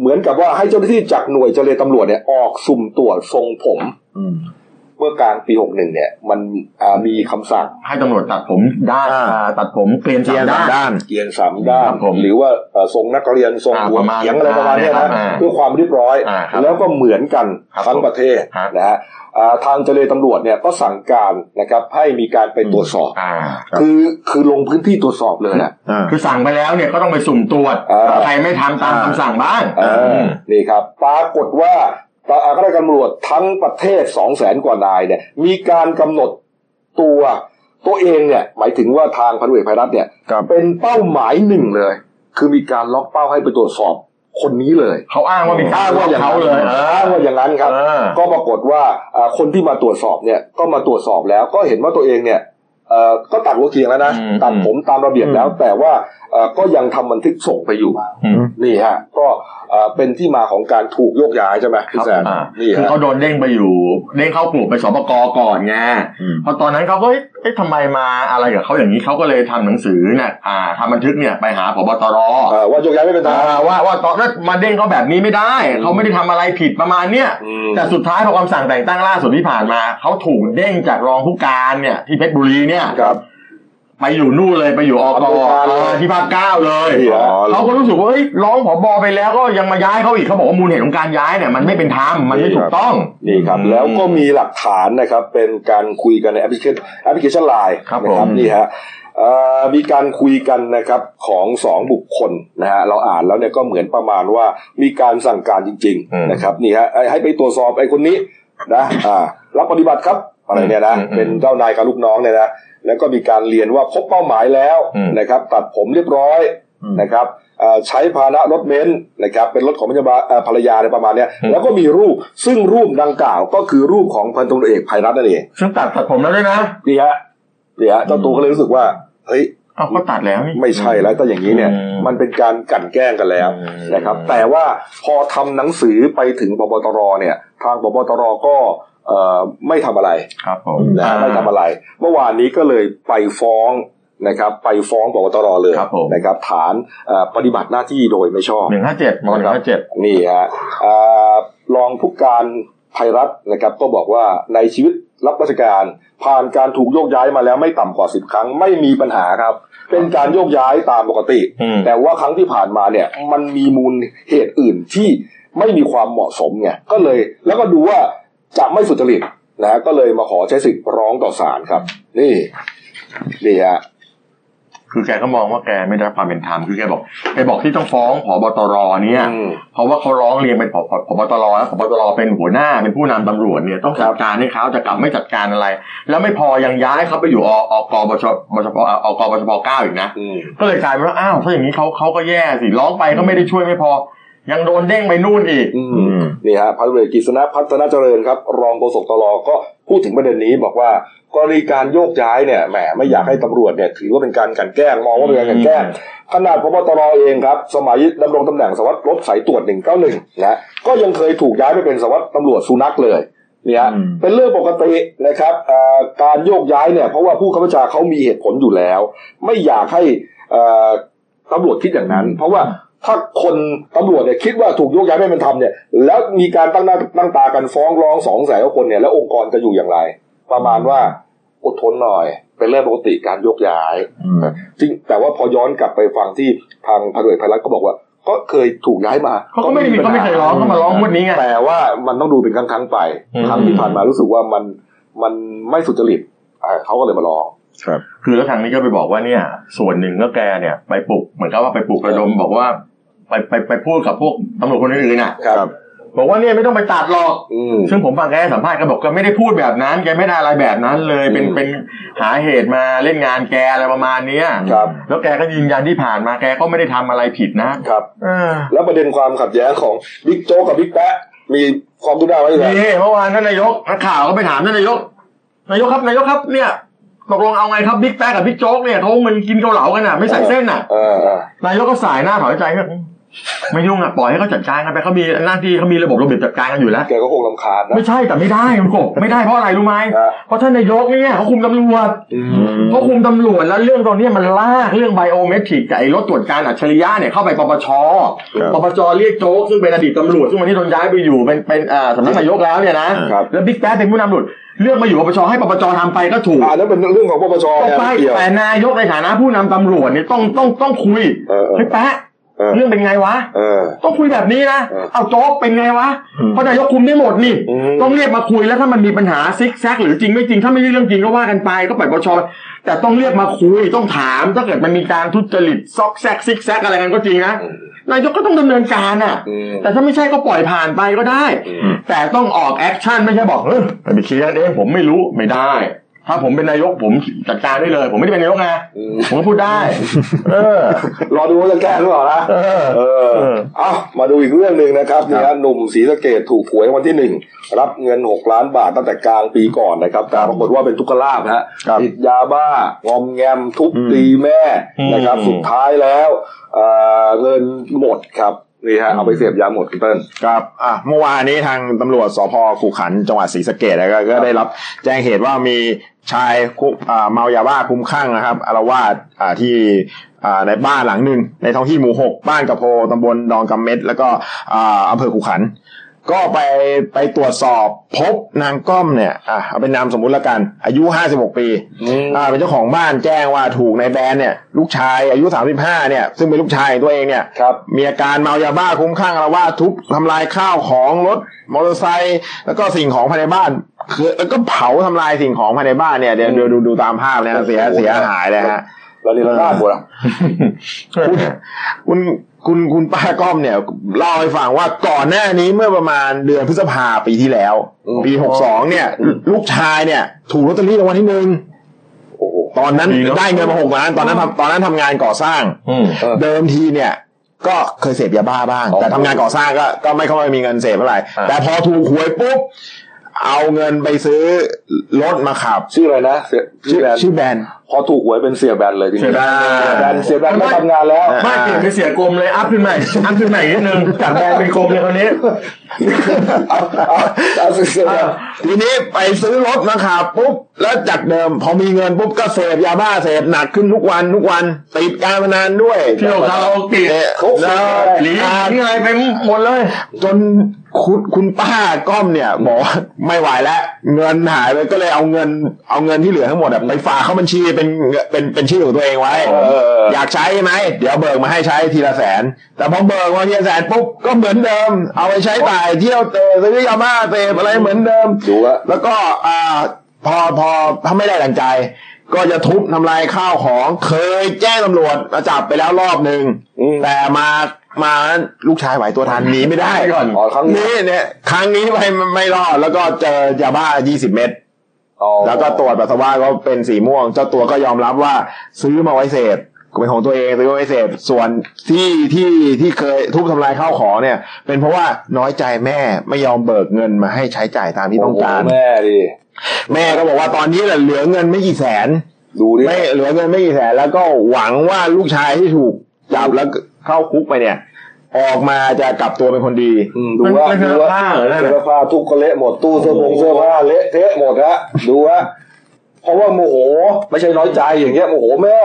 Speaker 1: เหมือนกับว่าให้เจ้าหน้าที่จากหน่วยเจรตำรวจเนี่ยออกสุ่มตรวจทรงผม
Speaker 3: อืม
Speaker 1: เมื่อกลางปีหกหนึ่งเนี่ย มันอ่ามีคำสั่ง
Speaker 2: ให้ตำรวจตัดผมด้าน
Speaker 3: อ่า
Speaker 2: อ่าตัดผมเกลียน
Speaker 3: เที
Speaker 2: สายม
Speaker 3: นสาม
Speaker 2: ด้าน
Speaker 3: ด้าน
Speaker 1: เกรียนสามด้าน
Speaker 2: ครับผม
Speaker 1: หรือว่าเอ่อทรงนักเรียนทรง
Speaker 2: อ่า
Speaker 1: หัว
Speaker 2: ประมาณ
Speaker 1: เขียงอะไรประมาณเนี้ยนะ
Speaker 2: อ่า
Speaker 1: เพื่อความเรียบร้อย
Speaker 2: อ่าครับ
Speaker 1: แล้วก็เหมือนกัน
Speaker 2: ครับ
Speaker 1: ทั้งประเทศ
Speaker 2: ครับ
Speaker 1: นะฮะอ่าทางเจรตำรวจเนี่ยก็สั่งการนะครับให้มีการไปตรวจสอบ
Speaker 2: อ่า
Speaker 3: ครับ
Speaker 1: คือคือลงพื้นที่ตรวจสอบเลยอะ
Speaker 3: อ่า
Speaker 2: คือสั่งไปแล้วเนี่ยก็ต้องไปสุ่มตรวจ
Speaker 1: อ่า
Speaker 2: ใครไม่ทำตามคำสั่งบ้าง
Speaker 1: เออนี่ครับ ปรากฏว่าตาข้าราชการตำรวจทั้งประเทศสองแสนกว่านายเนี่ยมีการกำหนดตัวตัวเองเนี่ยหมายถึงว่าทางพันธุ์เอกภัยรัฐเนี่ย
Speaker 3: ครับ
Speaker 1: เป็นเป้าหมายหนึ่งเลย คือมีการล็อกเป้าให้ไปตรวจสอบคนนี้เลย
Speaker 2: เขาอ้างว่ามี
Speaker 1: อ้างว่าอย่าง
Speaker 2: เขา
Speaker 1: นั้น
Speaker 2: เลยเออ
Speaker 1: อ้างว่าอย่างนั้นครับ
Speaker 2: เออ
Speaker 1: ก็ปรากฏว่าอ่าคนที่มาตรวจสอบเนี่ยก็มาตรวจสอบแล้วก็เห็นว่าตัวเองเนี่ย เอ่อก็ตัดหัวเขียงแล้วนะ
Speaker 2: อืม
Speaker 1: ตัดผมตามระเบียบแล้ว แต่ว่าเอ่อก็ยังทำบันทึกส่งไปอยู่
Speaker 2: อืม
Speaker 1: นี่ฮะ ก็เอ่อเป็นที่มาของการถูกโยกย้ายใช่ไหมพี่แซน
Speaker 2: อ่า
Speaker 1: นี่
Speaker 2: คือ
Speaker 1: ฮะ
Speaker 2: เขาโดนเด้งไปอยู่ เด้งเข้ากลุ่มไปสปกก่อนไง
Speaker 3: อืม
Speaker 2: เพราะตอนนั้นเขาก็เอ๊ะเอ๊ะทำไมมาอะไรกับเขาอย่างนี้เขาก็เลยทำหนังสือเนี่ยอ่าทำบันทึกเนี่ยไปหาผบตร
Speaker 1: เอ่อว่าโยกย้ายไม่เป็นทาง
Speaker 2: อ่าว่าว่าตอนนั้นมาเด้งเขาแบบนี้ไม่ได้ เขาไม่ได้ทำอะไรผิดประมาณเนี้ย
Speaker 1: อืม
Speaker 2: แต่สุดท้ายพอคำสั่งแต่งตั้งล่าสุดที่ผ่านมาเขาถูกเด้งจากรองผู้การเนี่ย ที่เพชรบุรีเนี่ย
Speaker 1: ครับ
Speaker 2: ไปอยู่นู่นเลยไปอยู่อก
Speaker 1: อำนวยการเลย
Speaker 2: เออที่ภาคเก้าเลย
Speaker 1: เหรอ
Speaker 2: เขาก็รู้สึกว่าเอ้ยร้องผบไปแล้วก็ยังมาย้ายเขาอีกเขาบอกว่ามูลเหตุของการย้ายเนี่ยมันไม่เป็นธรรมมันไม่ถูกต้อง
Speaker 1: นี่ครับ
Speaker 2: อืม
Speaker 1: แล้วก็มีหลักฐานนะครับเป็นการคุยกันในแอปพลิเคชันแอปพลิเคชันไลน์
Speaker 2: ครับ
Speaker 1: นะครั
Speaker 2: ผม
Speaker 1: นี่ฮะเอ่อมีการคุยกันนะครับของสองบุคคลนะฮะเราอ่านแล้วเนี่ยก็เหมือนประมาณว่ามีการสั่งการจริง
Speaker 2: อืม
Speaker 1: ๆนะครับนี่ฮะไอ้ให้ไปตรวจสอบไอ้คนนี้นะอ่ารับปฏิบัติครับอะไรเนี่ยนะ
Speaker 2: อืมอืม
Speaker 1: เป็นเจ้านายกับลูกน้องเนี่ยนะแล้วก็มีการเรียนว่าพบเป้าหมายแล้ว
Speaker 2: อืม
Speaker 1: นะครับตัดผมเรียบร้อยนะครับเอ่อใช้พาหนะรถเบนซ์นะครับเป็นรถของพยาบาลเอ่อภรรยาอะไรประมาณเนี้ย แล้วก็มีรูปซึ่งรูปดังกล่าวก็คือรูปของพันตำรวจเอกภัยรัตน์นั่นเอง
Speaker 2: ซึ่งตัดตัดผมแล้วด้วยนะ
Speaker 1: นี่ฮะนี่ฮะเจ้าตัวก็เลยรู้สึกว่าเฮ้ย
Speaker 2: เอาก็ตัดแล้วนี่
Speaker 1: ไม่ใช่แล้วแต่อย่างนี้เนี่ย
Speaker 2: อืม
Speaker 1: มันเป็นการกลั่นแกล้งกันแล้ว
Speaker 2: อืม
Speaker 1: นะครับ แต่ว่าพอทำหนังสือไปถึงปปตรเนี่ย ทางปปตรก็เอ่อไม่ทำอะไร
Speaker 2: ครับผม
Speaker 1: นะ
Speaker 2: อ่า
Speaker 1: ไม่ทำอะไร เมื่อวานนี้ก็เลยไปฟ้องนะครับ ไปฟ้องปปตรเลย
Speaker 2: ครับผม
Speaker 1: นะครับ ฐานเอ่อปฏิบัติหน้าที่โดยไม่ชอบ
Speaker 2: หนึ่งห้าเจ็ดมหนึ่งห้าเจ็ด
Speaker 1: นี่ฮะเอ่อรองผู้การภัยรัฐนะครับ ก็บอกว่าในชีวิตรับราชการผ่านการถูกโยกย้ายมาแล้วไม่ต่ำกว่าสิบครั้งไม่มีปัญหาครับ เป็นการโยกย้ายตามปกติ
Speaker 2: อืม
Speaker 1: แต่ว่าครั้งที่ผ่านมาเนี่ยมันมีมูลเหตุอื่นที่ไม่มีความเหมาะสมไงก็เลยแล้วก็ดูว่าจะไม่สุจริตนะฮะก็เลยมาขอใช้สิทธิ์ร้องต่อศาลครับ นี่นี่ฮะ
Speaker 2: คือแกก็มองว่าแกไม่ได้รับความเป็นธรรมคือแกบอกแกบอกที่ต้องฟ้องผบตรเนี่ย
Speaker 1: อืม
Speaker 2: เพราะว่าเขาร้องเรียนเป็นผบผบตรแล้วผบตรเป็นหัวหน้าเป็นผู้นำตำรวจเนี่ยต้องจัดการให้เขาจะกลับไม่จัดการอะไร แล้วไม่พอยังย้ายเขาไปอยู่ออกบชบชปอกบชปเก้าอีกนะ
Speaker 1: อืม
Speaker 2: ก็เลยกลายเป็นว่าอ้าวถ้าอย่างนี้เขาเขาก็แย่สิร้องไปก็ไม่ได้ช่วยไม่พอ ยังโดนเด้งไปนู่นอีก
Speaker 1: อืมนี่ฮะพันเรือกิษณะพัฒนาเจริญครับ รองโฆษกตลก็พูดถึงประเด็นนี้บอกว่ากรณีการโยกย้ายเนี่ยแหมไม่อยากให้ตำรวจเนี่ยถือว่าเป็นการกลันแกล้งมองว่าเป็นการกลันแกล้งขนาดพบตรเองครับ สมัยดำรงตำแหน่งสารวัสดรถสายตรวจ191นะก็ยังเคยถูกย้ายไปเป็นสารวัสดตำรวจสุนัขเลยเนี่ย
Speaker 3: อืม
Speaker 1: เป็นเรื่องปกตินะครับเอ่อการโยกย้ายเนี่ยเพราะว่าผู้ข้าราชการเขามีเหตุผลอยู่แล้ว ไม่อยากให้เอ่อ ตำรวจคิดอย่างนั้น เพราะว่าถ้าคนตำรวจเนี่ยคิดว่าถูกโยกย้ายไม่เป็นธรรมเนี่ยแล้วมีการตั้งหน้าตั้งตากันฟ้องร้องสองแสนกว่าคนเนี่ยแล้วองค์กรจะอยู่อย่างไร ประมาณว่าอดทนหน่อย เป็นเรื่องปกติการโยกย้ายจริงแต่ว่าพอย้อนกลับไปฟังที่ทางพันเอกภัยรัฐก็บอกว่า ก็เคยถูกย้ายมา
Speaker 2: เขาก็ไม่ได้มีเขาไม่เคยร้องเขามาร้องงวดนี้ไง
Speaker 1: แต่ว่ามันต้องดูเป็นครั้งๆไป
Speaker 2: อืม
Speaker 1: ครั้งที่ผ่านมารู้สึกว่ามันมันไม่สุจริตอ่าเขาก็เลยมาร้อง
Speaker 3: ครับ
Speaker 2: คือแล้วทางนี้ก็ไปบอกว่าเนี่ย ส่วนหนึ่งก็แกเนี่ย ไปปลุกเหมือนกับว่าไปปลุกระดมบอกว่า ไปไปไปพูดกับพวกตำรวจคนอื่นๆน่ะ
Speaker 1: ครับ
Speaker 2: บอกว่าเนี่ยไม่ต้องไปตัดหรอก
Speaker 1: อืม
Speaker 2: ซึ่งผมฟังแกให้สัมภาษณ์แกบอกแกไม่ได้พูดแบบนั้นแกไม่ได้อะไรแบบนั้นเลยเป็น
Speaker 1: อืม
Speaker 2: เป็นหาเหตุมาเล่นงานแกอะไรประมาณเนี้ย
Speaker 1: ครับ
Speaker 2: แล้วแกก็ยืนยันที่ผ่านมาแกก็ไม่ได้ทำอะไรผิดนะครับ เออ
Speaker 1: แล้วประเด็นความขัดแย้งของบิ๊กโจ๊กกับบิ๊กแป๊ะมีความทุกข์ได้าไว้ไหม
Speaker 2: นี่เมื่อวานท่านนายกนักข่าวก็ไปถามท่านนายก นายกครับนายกครับเนี่ยตกลงเอาไงครับบิ๊กแป๊กกับบิ๊กโจ๊กเนี่ยเขามันกินเกาเหลากันน่ะไม่ใส่เส้นน่ะ
Speaker 1: เออเออน
Speaker 2: ายกก็สายหน้าถอยใจก็ไม่ยุ่งอ่ะปล่อยให้เขาจัดการกันไปเขามีหน้าที่เขามีระบบระเบียบจัดการกันอยู่แล้ว
Speaker 1: แกก็คงลำคาญนะ
Speaker 2: ไม่ใช่แต่ไม่ได้คุณกบไม่ได้เพราะอะไรรู้ไหม
Speaker 1: ครับ
Speaker 2: เพราะท่านนายกเนี่ยเขาคุมตำรวจเขาคุมตำรวจแล้วเรื่องตอนนี้ยมันลากเรื่องไบโอเมตริกกับไอ้รถตรวจการอัจฉริยะเนี่ยเข้าไปปปช
Speaker 3: ครับ
Speaker 2: ปปชเรียกโจ๊กซึ่งเป็นอดีตตำรวจซึ่งวันนี้โดนย้ายไปอยู่เป็นเป็นอ่าสำนักนายกแล้วเนี่ยนะ
Speaker 1: ครับ
Speaker 2: แล้วบิ๊กแป๊ดเป็นผู้นำหลุดเลือกมาอยู่ปปชให้ปปชทำไปก็ถูก
Speaker 1: อ่านั่นเป็นเรื่องของปปชเนี่
Speaker 2: ต่อ
Speaker 1: ย
Speaker 2: ไป
Speaker 1: ไม่เกี่ยว
Speaker 2: แต่นายกในฐานะผู้นำตำรวจเนี่ยต้องต้องต้องคุย
Speaker 1: เออเออ
Speaker 2: เฮ้ยแป๊ะ
Speaker 1: เออ
Speaker 2: เรื่องเป็นไงวะ
Speaker 1: เออ
Speaker 2: ต้องคุยแบบนี้นะ
Speaker 1: เออ
Speaker 2: เอาโจ๊กเป็นไงวะ เพราะนายกคุมได้หมดนี่
Speaker 1: อืม
Speaker 2: ต้องเรียกมาคุยแล้วถ้ามันมีปัญหาซิกแซกหรือจริงไม่จริง ถ้าไม่ใช่เรื่องจริงก็ว่ากันไปก็ปล่อยปชแต่ต้องเรียกมาคุยต้องถามถ้าเกิดมันมีการทุจริตซอกแซกซิกแซกอะไรกันก็จริงนะนายกก็ต้องดำเนินการอ่ะ
Speaker 1: อืม
Speaker 2: แต่ถ้าไม่ใช่ก็ปล่อยผ่านไปก็ได้ แต่ต้องออกแอคชั่นไม่ใช่บอกเฮ้ยไปเคลียร์เองผมไม่รู้ไม่ได้ ถ้าผมเป็นนายกผมจัดการได้เลย ผมไม่ได้เป็นนายกนะผมก็พูดได้ เออ
Speaker 1: รอดูว่าจะแก้หรือเปล่านะ
Speaker 2: เออ
Speaker 1: เออ เอามาดูอีกเรื่องหนึ่งนะครับนี่ฮะหนุ่มศรีสะเกดถูกหวยรางวันที่หนึ่ง รับเงิน 6 ล้านบาทตั้งแต่กลางปีก่อนนะครับ แต่ปรากฏว่าเป็นทุกขลาบฮะ
Speaker 3: ครับ
Speaker 1: ติดยาบ้างอมแงมทุบตีแม่นะครับ
Speaker 2: อืม
Speaker 1: สุดท้ายแล้วเอ่อเงินหมดครับนี่ฮะเอาไปเสพยาหมดคุณเติ้ล
Speaker 3: ครับอ่ะเมื่อวานนี้ทางตำรวจสพขุขันธ์จังหวัดศรีสะเกดก็ก็ได้รับแจ้งเหตุว่ามีชายคุอ่าเมายาบ้าคลุ้มคลั่งนะครับอารวาสอ่าที่อ่าในบ้านหลังหนึ่งในท้องที่หมู่หกบ้านกระโพตำบลดองกำเม็ด แล้วก็อ่าอำเภอขุขันธ์ก็ไปไปตรวจสอบพบนางก้อมเนี่ยอ่ะเอาเป็นนามสมมุติละกัน อายุ 56 ปี อ่าเป็นเจ้าของบ้านแจ้งว่าถูกนายแบนเนี่ยลูกชายอายุ 35 เนี่ยซึ่งเป็นลูกชายของตัวเองเนี่ย
Speaker 1: ครับ
Speaker 3: มีอาการเมายาบ้าคลุ้มคลั่งอาละวาดทุบทำลายข้าวของรถมอเตอร์ไซค์แล้วก็สิ่งของภายในบ้านคือแล้วก็เผาทำลายสิ่งของภายในบ้านเนี่ยเดี๋ยวดูดูดูตามภาพนะฮะเสียเสียหายเลยฮะ
Speaker 1: แล้วนี่เราได้หมดอะ
Speaker 3: คุณคุณคุณป้าก้อมเนี่ยเล่าให้ฟังว่าก่อนหน้านี้เมื่อประมาณเดือนพฤษภาปีที่แล้ว ปีหกสองเนี่ย ลูกชายเนี่ย ถูกลอตเตอรี่รางวัลที่หนึ่ง
Speaker 1: โอ้โห
Speaker 3: ตอนนั้น
Speaker 2: ดีเนอะ
Speaker 3: ได้เงินมาหกล้านตอนนั้นทำตอนนั้นทำงานก่อสร้าง
Speaker 2: อืม
Speaker 1: เออ
Speaker 3: เดิมทีเนี่ย ก็เคยเสพยาบ้าบ้าง
Speaker 1: อ๋อ
Speaker 3: แต่ทำงานก่อสร้างก็ก็ไม่ค่อยมีเงินเสพเท่าไหร่
Speaker 2: อ่า
Speaker 3: แต่พอถูกหวยปุ๊บเอาเงินไปซื้อรถมาขับ
Speaker 1: ชื่ออะไรนะเสียชื่อแบรนด์
Speaker 3: ชื่อแบรนด์
Speaker 1: พอถูกหวยเป็นเสียแบรนด์เลยจริงๆ
Speaker 2: เสียแบรนด์
Speaker 1: เสียแบรนด์เสียแบรนด์ไม่ทำงานแล้ว
Speaker 2: ไม่เปลี่ยนไปเสียกรมเลยอัพขึ้นใหม่อัพขึ้นใหม่นิดนึงจากแบรนด์เป็นกรมเลยคราวนี้
Speaker 1: เอาเอาเอาเสียแบรนด์
Speaker 3: ทีนี้ไปซื้อรถมาขับปุ๊บแล้วจากเดิมพอมีเงินปุ๊บก็เสพยาบ้าเสพหนักขึ้นทุกวันทุกวันติดการพนันด้วย
Speaker 2: เที่ยวคาราโอเกะ
Speaker 3: นี่ยแล้ว
Speaker 2: หลีนี่อะไรไปหมดเลย
Speaker 3: จนคุณคุณป้าก้อมเนี่ยบอกว่าไม่ไหวแล้วเงินหายไปก็เลยเอาเงินเอาเงินที่เหลือทั้งหมดอะไปฝากเข้าบัญชีเป็นเป็นเป็นชื่อของตัวเองไว้
Speaker 1: เออ
Speaker 3: อยากใช้ไหมเดี๋ยวเบิกมาให้ใช้ทีละแสน แต่พอเบิกมาทีละแสนปุ๊บก็เหมือนเดิม เอาไปใช้จ่ายเที่ยวเตะซื้อยาบ้าเตะอะไรเหมือนเดิม
Speaker 1: ดูว่า
Speaker 3: แล้วก็อ่าพอพอถ้าไม่ได้ดังใจ ก็จะทุบทำลายข้าวของเคยแจ้งตำรวจมาจับไปแล้วรอบหนึ่ง
Speaker 1: อืม
Speaker 3: แต่มามาลูกชายไหวตัวทันหนีไม่ได้
Speaker 2: ไปก่อน
Speaker 1: อ๋อครั้งนี้
Speaker 3: นี่เนี่ยครั้งนี้ไปไม่รอดแล้วก็เจอยาบ้า 20 เม็ด
Speaker 1: อ๋อ
Speaker 3: แล้วก็ตรวจปัสสาวะก็เป็นสีม่วง เจ้าตัวก็ยอมรับว่าซื้อมาไว้เสพเป็นของตัวเองซื้อมาไว้เสพส่วนที่ที่ที่เคยทุบทำลายข้าวของเนี่ย เป็นเพราะว่าน้อยใจแม่ไม่ยอมเบิกเงินมาให้ใช้จ่ายตามที่ต้องการ
Speaker 1: โโหแม่ดิ
Speaker 3: แม่ก็บอกว่าตอนนี้น่ะเหลือเงินไม่กี่แสน
Speaker 1: ดูดิ
Speaker 3: ไม่เหลือเงินไม่กี่แสน แล้วก็หวังว่าลูกชายที่ถูกจับแล้วเข้าคุกไปเนี่ย ออกมาจะกลับตัวเป็นคนดี
Speaker 1: อืมดูว่า
Speaker 2: มันเป็น
Speaker 1: ดูว่า
Speaker 2: เสื้อผ้าเหรอนั่นน่ะ
Speaker 1: เสื้อผ้าทุกคนเละหมดตู้เสื้อผงเสื้อผ้าเละเทะหมดฮะดูว่าเพราะว่าโมโห ไม่ใช่น้อยใจอย่างเงี้ยโมโหแม่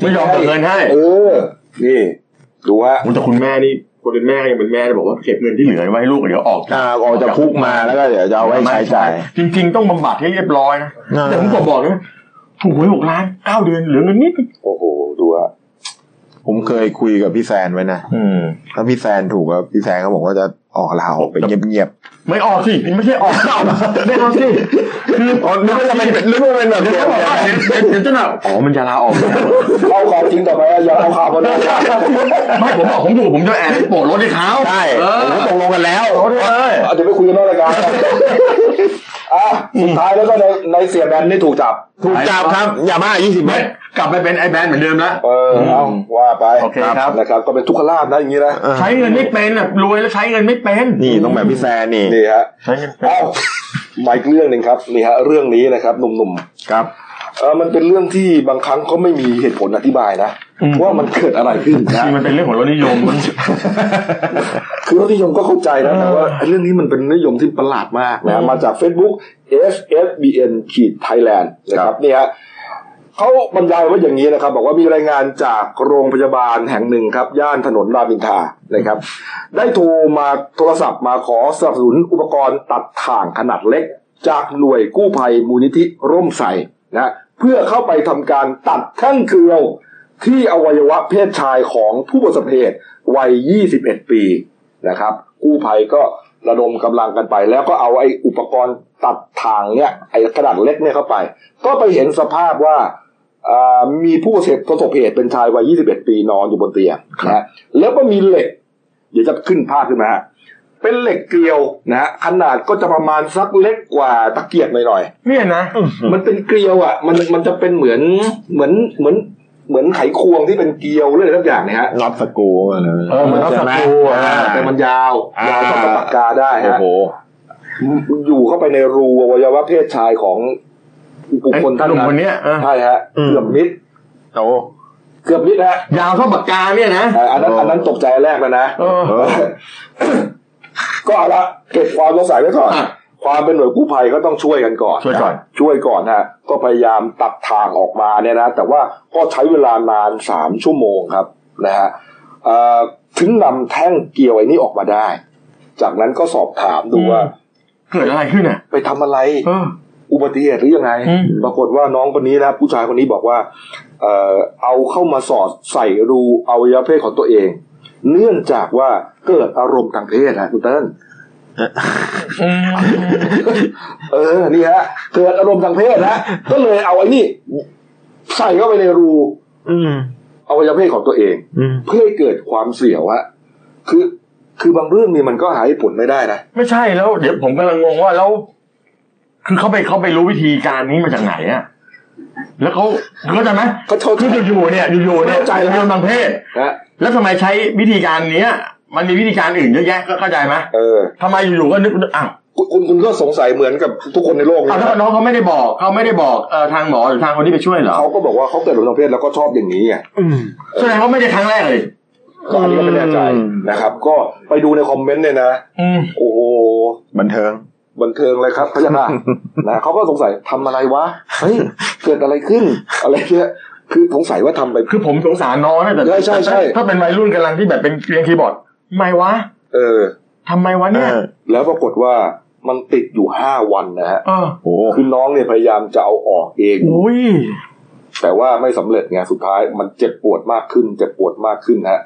Speaker 2: ไม่ยอมเก็บเงินให้
Speaker 1: เออนี่ ดูฮะ
Speaker 2: โอ้แต่คุณแม่นี่คนเป็นแม่ยังเป็นแม่เลยบอกว่าเก็บเงินที่เหลือไว้ให้ลูกเดี๋ยวออก
Speaker 3: อ่าออกจากคุกมาแล้วก็เดี๋ยวจะเอาไว้ใช้จ่าย
Speaker 2: จริง ๆ ต้องบำบัดให้เรียบร้อยนะ
Speaker 3: อ่า
Speaker 2: แต่ผมก็บอกนะถูกหวยหกล้านเก้าเดือนเหลือเงินนิด
Speaker 1: โอ้โหดูฮะ
Speaker 3: ผมเคยคุยกับพี่แซนไว้นะ
Speaker 2: อืม
Speaker 3: ถ้าพี่แซนถูกก็พี่แซนเขาบอกว่าจะออกลาออกไปเงียบ
Speaker 2: ไม่ออกสิไม่ใช่ออกเอาไม่เอาสิคือ
Speaker 3: ๆอ๋อนึกว่าจะเป็นนึกว่าเป็นแบบ
Speaker 2: เดี๋ยว
Speaker 3: เดีย
Speaker 2: เขา
Speaker 3: ว
Speaker 2: บอกว่าเดี๋ยวเดี๋ยวเดี๋ยวจะน่ะอ๋อมันจะลาออกแล้ว
Speaker 1: เอาข่าวจริงต่อไปอะอย่าเอาข่าวมาเลย
Speaker 2: ไม่ผมบอกผมถูกผมจะแอบโปะรถให้เขา
Speaker 3: ใช่
Speaker 2: เออ
Speaker 3: ผมก็ตกลงกันแล้ว
Speaker 2: โปะรถให้เลย
Speaker 1: เอาเดี๋ยวไปคุยกันนอกรายการ อ่ะสุดท้ายแล้วก็ในในเสียแบนนี่ถูกจับ
Speaker 3: ถูกจับครับยาบ้า20 เม็
Speaker 2: ไม่
Speaker 3: ด
Speaker 2: กลับไปเป็นไอแบนเหมือนเดิมแล้ว
Speaker 1: เออเอาว่าไป
Speaker 2: โอเคครับ
Speaker 1: นะครับ ก็เป็นทุกขลาบนะอย่างนี้นะ
Speaker 3: เออ
Speaker 2: ใช้เงินไม่เป็นอ่ะรวยแล้วใช้เงินไม่เป็น
Speaker 3: นี่ต้องแบบพี่แซนนี่
Speaker 1: นี่ฮะ
Speaker 2: ใช้เงินเป็น
Speaker 1: เอ้ามาอีกเรื่องหนึ่งครับนี่ฮะเรื่องนี้นะครับหนุ่ม
Speaker 3: ครับ
Speaker 1: ๆเออมันเป็นเรื่องที่บางครั้งก็ไม่มีเหตุผลอธิบายนะว่ามันเกิดอะไรขึ้น
Speaker 2: จ
Speaker 1: นะ
Speaker 2: ริงมันเป็นเรื่องของรสนิยมมัน
Speaker 1: คือรสนิยมก็เข้าใจนะแต่ว่าเรื่องนี้มันเป็นนิยมที่ประหลาดมากนะมาจาก Facebook FFBN ขีดไทยแลนด์นะครับนี่ฮะเขาบรรยายไว่าอย่างนี้นะครับ บอกว่ามีรายงานจากโรงพยาบาลแห่งหนึ่งครับ ย่านถนนรามอินทรานะครับ ได้โทรมาโทรศัพท์มาขอสนับสนุนอุปกรณ์ตัดถ่างขนาดเล็ก จากหน่วยกู้ภัยมูลนิธิร่มใส่นะเพื่อเข้าไปทำการตัดแท่งเกลียวที่อวัยวะเพศชายของผู้ประสบเหตุวัย 21 ปีนะครับกู้ภัยก็ระดมกำลังกันไป แล้วก็เอาไอ้อุปกรณ์ตัดทางเนี่ยไอ้กระดาษเล็กเนี่ยเข้าไป ก็ไปเห็นสภาพว่า อ่ามีผู้ประสบเหตุเป็นชายวัย 21 ปีนอนอยู่บนเตียงนะฮะแล้วก็มีเหล็ก เดี๋ยวจะขึ้นภาพขึ้นมาฮะ เป็นเหล็กเกลียวนะฮะขนาดก็จะประมาณสักเล็กกว่าตะเกียบหน่อย
Speaker 2: เนี่ยนะ
Speaker 1: ๆมันเป็นเกลียวอ่ะมันมันจะเป็นเหมือนเหมือนเหมือนเหมือนไขควงที่เป็นเกลียวหรืออะไรสักอย่างเนี่ยฮะ
Speaker 3: น็อตสกรูอะไรนะ
Speaker 2: เออเหมือนน็อตสกรูอ่ะ
Speaker 3: ใช่ไหม
Speaker 1: แต่มันยาว
Speaker 3: อ่าย
Speaker 1: ยาวเท่ากับปากกาได้
Speaker 3: โอ้
Speaker 1: ฮะ
Speaker 3: โห
Speaker 1: อยู่เข้าไปในรูอวัยวะเพศชายของบุคคลท่าน
Speaker 2: หนุ่ม
Speaker 1: นั้
Speaker 2: คน
Speaker 1: น
Speaker 2: เนี้ยเออ
Speaker 1: ใช่ฮะ
Speaker 3: อืม
Speaker 1: เกือบมิด
Speaker 3: โอ้
Speaker 1: เกือบมิดฮะ
Speaker 2: ยาวเท่าปากกาเนี่ยนะ
Speaker 1: อ่าอันนั้นอันนั้นตกใจแรกแล้วนะ
Speaker 2: เออ
Speaker 1: ก็เอาละเก็บความสงสัยไว้ก่อน
Speaker 2: อ่ะ
Speaker 1: ความเป็นหน่วยกู้ภัยก็ต้องช่วยกันก่อน
Speaker 2: ช่วยก่อน
Speaker 1: ช่วยก่อนฮะก็พยายามตัดทางออกมาเนี่ยนะแต่ว่าก็ใช้เวลานานสามชั่วโมงครับนะฮะเอ่อถึงนำแท่งเกี่ยวไอ้นี้ออกมาได้ จากนั้นก็สอบถามดูว่า
Speaker 2: เกิดอะไรขึ้นอ่ะ
Speaker 1: ไปทำอะไร
Speaker 2: เออ
Speaker 1: อุบัติเหตุหรือยังไง
Speaker 2: อืม
Speaker 1: ปรากฏว่าน้องคนนี้นะผู้ชายคนนี้บอกว่า เอ่อเอาเข้ามาสอดใส่รูอวัยวะเพศของตัวเอง เนื่องจากว่าเกิดอารมณ์ทางเพศฮะคุณเติ้ล
Speaker 2: อืม
Speaker 1: เออนี่ฮะเกิดอารมณ์ทางเพศนะก็เลยเอาไอ้นี่ใส่เข้าไปในรู
Speaker 3: อืม
Speaker 1: อวัยวะเพศของตัวเอง
Speaker 3: อืม
Speaker 1: เพื่อให้เกิดความเสี่ยวฮะคือคือบางเรื่องนี่มันก็หาเหตุผลไม่ได้นะ
Speaker 2: ไม่ใช่แล้ว เดี๋ยวผมกำลังงงว่าแล้ว คือเขาไปเขาไปรู้วิธีการนี้มาจากไหนอ่ะแล้วเขาเข้าใจไหม
Speaker 1: เขาเขา
Speaker 2: คืออยู่ๆเนี่ยอยู่ๆเนี่ย
Speaker 1: เข้าใจแล้ว
Speaker 2: เรื่องทางเพศ
Speaker 1: ฮะ
Speaker 2: แล้วทำไมใช้วิธีการเนี้ย มันมีวิธีการอื่นเยอะแยะก็เข้าใจไหม
Speaker 1: เออ
Speaker 2: ทำไมอยู่ๆก็นึกอ้าว
Speaker 1: คุณคุณคุณก็สงสัยเหมือนกับทุกคนในโลก
Speaker 2: อ้าว
Speaker 1: นะ
Speaker 2: แล้วน้องเขาไม่ได้บอกเขาไม่ได้บอกเอ่อทางหมอหรือทางคนที่ไปช่วยเหรอ
Speaker 1: เขาก็บอกว่าเขาเกิดอารมณ์ทางเพศแล้วก็ชอบอย่างนี้ไง
Speaker 3: อืม
Speaker 2: แสดงว่าไม่ได้ครั้งแรกเลย
Speaker 1: ก็อันนี้ก็ไม่แน่ใจ
Speaker 3: อืม
Speaker 1: นะครับ ก็ไปดูในคอมเมนต์เนี่ยนะ
Speaker 2: อืม
Speaker 1: โอ้โห
Speaker 3: บันเทิง
Speaker 1: บันเทิงเลยครับพระยานาค นะเขาก็สงสัยทำอะไรวะ เฮ้ย เกิดอะไรขึ้น อะไรเนี่ยคือสงสัยว่าทำไป
Speaker 2: คือผมสงสารน้องนะแต่
Speaker 1: ใช่ใช่ใช่
Speaker 2: ถ้าเป็นวัยรุ่นกำลังที่แบบเป็นเรียนคีย์บอร์ดทำไมวะ
Speaker 1: เออ
Speaker 2: ทำไมวะเนี่ย
Speaker 3: เออ
Speaker 1: แล้วปรากฏว่ามันติดอยู่ห้าวันนะฮะ
Speaker 2: เออ
Speaker 3: โอ้
Speaker 1: คือน้องเนี่ยพยายามจะเอาออกเอง
Speaker 2: อุ้ย
Speaker 1: แต่ว่าไม่สำเร็จไงสุดท้าย มันเจ็บปวดมากขึ้น เจ็บปวดมากขึ้นฮะ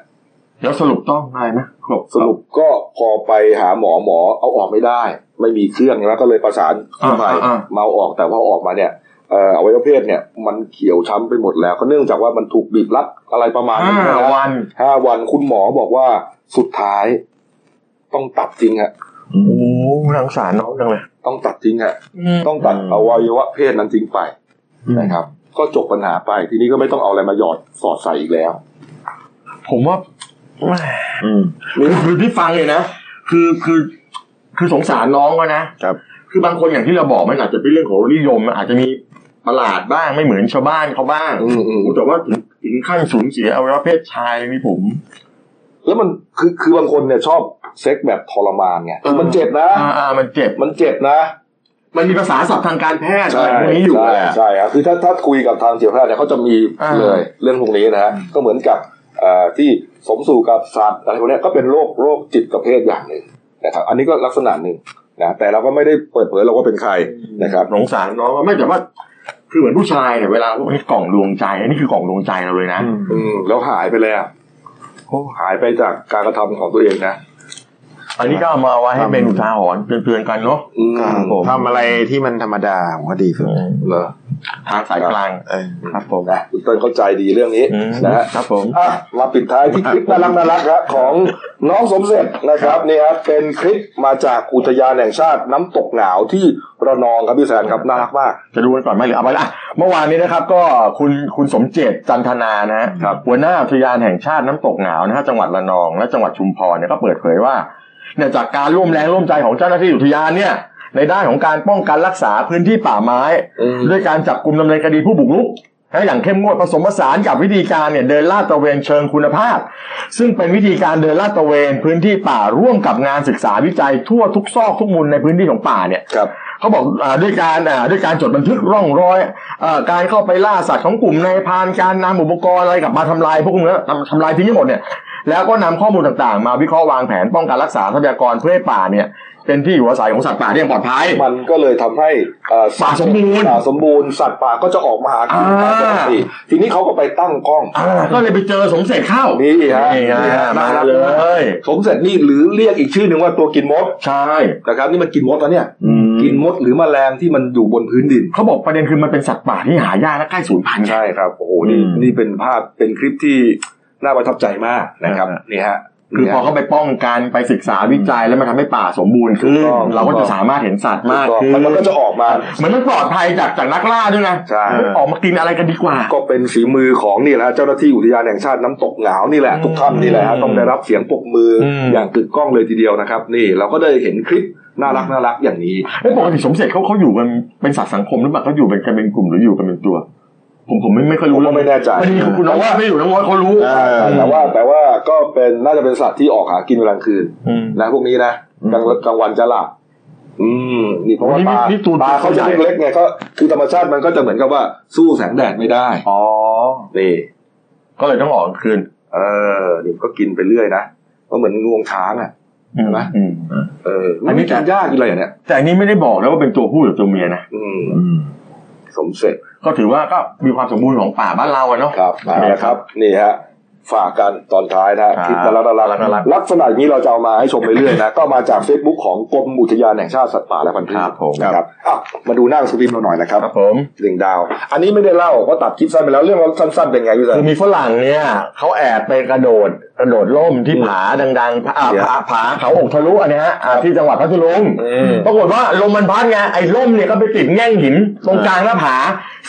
Speaker 2: เดี๋ยวสรุปต้องอะไรนะครบ
Speaker 1: สรุปก็พอไปหาหมอหมอเอาออกไม่ได้ ไม่มีเครื่องแล้วก็เลยประสานกู้ภัย
Speaker 2: อ่าอ่าอ่า
Speaker 1: เมาเอาออกแต่ว่าเอาออกมาเนี่ยเอ่ออวัยวะเพศเนี่ยมันเขียวช้ำไปหมดแล้ว ก็เนื่องจากว่ามันถูกบีบรัดอะไรประมาณนี้
Speaker 2: ห้า
Speaker 1: นะฮะ
Speaker 2: วัน
Speaker 1: ห้าวันคุณหมอบอกว่าสุดท้าย ต้องตัดจริงฮะ
Speaker 2: โอ้สงสารน้องจังเลย
Speaker 1: ต้องตัดจริงฮะ
Speaker 2: อืม
Speaker 1: ต้องตัดอวัยวะเพศนั้นจริงไปนะครับ ก็จบปัญหาไปทีนี้ก็ไม่ต้องเอาอะไรมาหยอดสอดใส่อีกแล้ว
Speaker 2: ผมว่าแหม
Speaker 3: อืม
Speaker 1: นี่
Speaker 2: คือที่ฟังเลยนะคือคือคือสงสารน้องก็นะครับ คือบางคนอย่างที่เราบอกมันอาจจะเป็นเรื่องของรสนิยมมันอาจจะมีประหลาดบ้างไม่เหมือนชาวบ้านเขาบ้าง
Speaker 1: อืมอืม
Speaker 2: โอ้แต่ว่าถึงถึงขั้นสูญเสียอวัยวะเพศชายเลยนี่ผม
Speaker 1: แล้วมันคือคือบางคนเนี่ยชอบเซ็กแบบทรมานไงคือมันเจ็บนะ
Speaker 2: อ่าอ่ามันเจ็บ
Speaker 1: มันเจ็บนะ
Speaker 2: มันมีภาษาศัพท์ทางการแพทย์อะไรพวกนี้อยู่
Speaker 1: ใช่
Speaker 2: แหละ
Speaker 1: ใช่ครับคือถ้าถ้าคุยกับทางเจียวแพทย์เนี่ยเขาจะมี
Speaker 2: อ่า
Speaker 1: เลยเรื่องพวกนี้นะฮะก็เหมือนกับเอ่อที่สมสู่กับสัตว์อะไรพวกเนี้ยก็เป็นโรคโรคจิตประเภทอย่างหนึ่งนะครับอันนี้ก็ลักษณะหนึ่งนะแต่เราก็ไม่ได้เปิดเผยเราว่าเป็นใครนะครับ
Speaker 2: สงสารน้องไม่แต่ว่า คือเหมือนผู้ชายเนี่ยเวลาพวกนี้กล่องดวงใจ อันนี้คือกล่องดวงใจเราเลยนะ
Speaker 1: อืมแล้วหายไปเลยอะหายไปจากการกระทำของตัวเองนะ
Speaker 2: อันนี้ก็เอามาไว้ให้เป็นอุทาหรณ์เตือนๆกันเนาะ
Speaker 1: อืม
Speaker 2: ครับผม
Speaker 3: ทำอะไรที่มันธรรมดาผมว่าดีสุด
Speaker 1: เหรอ
Speaker 2: ทางสายกลาง
Speaker 3: เออ
Speaker 2: ครับผม
Speaker 1: นะคุณเติ้ลเข้าใจดีเรื่องนี้
Speaker 2: อืม
Speaker 1: นะฮะ
Speaker 2: ครับผม
Speaker 1: อ่ะมาปิดท้ายที่คลิปน่ารักน่ารักๆครับของน้องสมเสร็จนะครับนี่ครับเป็นคลิปมาจากอุทยานแห่งชาติน้ำตกหนาวที่ระนองครับพี่แสนครับน่ารักมาก
Speaker 2: จะดูกันก่อนไหมหรือเอาไปละอ่ะเมื่อวานนี้นะครับ ก็คุณคุณสมเจตจันทนานะฮะ
Speaker 1: ครับ
Speaker 2: หัวหน้าอุทยานแห่งชาติน้ำตกหนาวนะฮะจังหวัดระนองและจังหวัดชุมพรเนี่ยก็เปิดเผยว่าเนี่ยจากการร่วมแรงร่วมใจของเจ้าหน้าที่อุทยานเนี่ย ในด้านของการป้องกันรักษาพื้นที่ป่าไม้ ด้วยการจับกลุ่มดำเนินคดีผู้บุกรุกและอย่างเข้มงวดผสมผสานกับวิธีการเนี่ยเดินลาดตระเวนเชิงคุณภาพ ซึ่งเป็นวิธีการเดินลาดตระเวนพื้นที่ป่าร่วมกับงานศึกษาวิจัยทั่วทุกซอกทุกมุมในพื้นที่ของป่าเนี่ย
Speaker 1: ครับ
Speaker 2: เขาบอกอาด้วยการอ่าด้วยการจดบันทึกร่องรอยอาการเข้าไปล่าสัตว์ของกลุ่มนายพรานการนำอุปกรณ์อะไรกลับมาทำลายพวกนี้ทำทำลายทิ้งให้หมดเนี่ย แล้วก็นำข้อมูลต่างๆ มาวิเคราะห์วางแผนป้องกันรักษาทรัพยากรเพื่อให้ป่าเนี่ย เป็นที่อยู่อาศัยของสัตว์ป่าได้อย่างปลอดภัย
Speaker 1: มันก็เลยทำให้เอ่อ
Speaker 2: ป่าสมบูรณ์
Speaker 1: ป่าสมบูรณ์สัตว์ป่าก็จะออกมาหากินตามปกติ
Speaker 2: อ่
Speaker 1: ทีนี้เขาก็ไปตั้งกล้อง
Speaker 2: อ่าก็เลยไปเจอสมเสร็จเข้านี่
Speaker 1: นี่ฮะ
Speaker 2: ไง
Speaker 1: นี่ฮะ
Speaker 2: มา
Speaker 1: น่ารัก
Speaker 2: เล
Speaker 1: มาก
Speaker 2: ย
Speaker 1: สมเสร็จนี่หรือเรียกอีกชื่อหนึ่งว่าตัวกินมด
Speaker 2: ใช่
Speaker 1: นะครับนี่มันกินมดนะเนี่ย กินมดหรือแมลงที่มันอยู่บนพื้นดิน
Speaker 2: เขาบอกประเด็นคือมันเป็นสัตว์ป่าที่หายากและใกล้สูญพันธุ์ไง
Speaker 1: ใช่ครับ โอ้โหนี่
Speaker 3: อืม
Speaker 1: นี่เป็นภาพเป็นคลิปที่น่าประทับใจมากนะครับ
Speaker 3: อ่าฮะ
Speaker 1: นี่ฮะ
Speaker 2: คือพอเขาไปป้องกันไปศึกษาวิจัยแล้วมันทำให้ป่าสมบูรณ์ขึ้น
Speaker 1: ถูกต้อง
Speaker 2: เราก็จะสามารถเห็นสัตว์มากขึ้น
Speaker 1: มันมันก็จะออกมา
Speaker 2: เหมือนมันปลอดภัยจากจากนักล่าด้วยนะ
Speaker 1: ใช่
Speaker 2: มันออกมากินอะไรกันดีกว่า
Speaker 1: ก็เป็นฝีมือของนี่แหละฮะเจ้าหน้าที่อุทยานแห่งชาติน้ำตกหงาวนี่แหละ ทุกท่านนี่แหละฮะต้องได้รับเสียงปรบมืออ
Speaker 2: ม
Speaker 1: อย่างกึกก้องเลยทีเดียวนะครับ นี่เราก็ได้เห็นคลิปน่ารักน่ารักอย่างนี้
Speaker 2: ไอ้ยปกติสมเสร็จเขาเขาอยู่กันเป็นสัตว์สังคมหรือเปล่าเขาอยู่เป็นกันเป็นกลุ่มหรืออยู่กันเป็นตัว ผมผมไม่ไม่ค่อยรู้
Speaker 1: ผมก็ไม่แน่ใจ
Speaker 2: วันนี้คุณน้องว่าไม่อยู่น้องว่าเขารู้
Speaker 1: แต่ว่าแต่ว่าก็เป็นน่าจะเป็นสัตว์ที่ออกหากินเวลากลางคืน
Speaker 2: อืม
Speaker 1: นะพวกนี้นะกลางกลางวันจะหลับอืมนี่เพราะว่า
Speaker 2: นี่
Speaker 1: ตาน
Speaker 2: นี่ตัว
Speaker 1: ตา
Speaker 2: ตัว
Speaker 1: เขาจะ
Speaker 2: ใหญ่
Speaker 1: เล็กๆไงก็คือธรรมชาติมันก็จะเหมือนกับว่าสู้แสงแดดไม่ได้
Speaker 2: อ๋อ
Speaker 1: นี่
Speaker 2: ก็เลยต้องออกกลางคืน
Speaker 1: เออนี่ก็กินไปเรื่อยนะก็เหมือนงวงช้างอ่ะ เห็นไหม
Speaker 2: อืม
Speaker 1: เออ
Speaker 2: อั
Speaker 1: ไม่
Speaker 2: นนี้
Speaker 1: มีกินหญ้ากินอะไรอย่างเนี้ย
Speaker 2: แต่อันนี้ไม่ได้บอกนะว่าเป็นตัวผู้หรือตัวเมียนะ
Speaker 1: อืมสมเสร็จ
Speaker 2: ก็ถือว่าก็มีความสมบูรณ์ของป่าบ้านเราอะเนาะ
Speaker 1: ครับ
Speaker 2: ครับ
Speaker 1: นะครับนี่ฮะฝากกันตอนท้ายนะฮะ
Speaker 2: ครับ
Speaker 1: คลิปน่ารักน่ารัก
Speaker 2: น่ารัก
Speaker 1: ลักษณะอย่างนี้เราจะเอามาให้ชมไปเรื่อยนะ ก็มาจาก Facebook ของกรมอุทยานแห่งชาติสัตว์ป่าและพันธุ์นะครับอ่ะมาดูหน้าหนังสือพิมพ์เราหน่อยนะครับ
Speaker 2: ครับผม
Speaker 1: หนึ่งดาว อันนี้ไม่ได้เล่าเพราะตัดคลิปสั้นไปแล้วเรื่องเราสั้นๆเป็นไงพี่สั
Speaker 2: คื
Speaker 1: น
Speaker 2: อมีฝรั่งเนี่ยเขาแอบไปกระโดดกระโดดร่มที่ผาดังๆผา
Speaker 1: เดี๋ยว
Speaker 2: ผาผาเขาอกทะลุอันเนี้ยฮะอ่าที่จังหวัดพัทลุง
Speaker 1: อืม
Speaker 2: ปรากฏว่าลมมันพัดไงไอ้ร่มเนี่ยก็ไปติดแง่งหินตรงกลางหน้าผา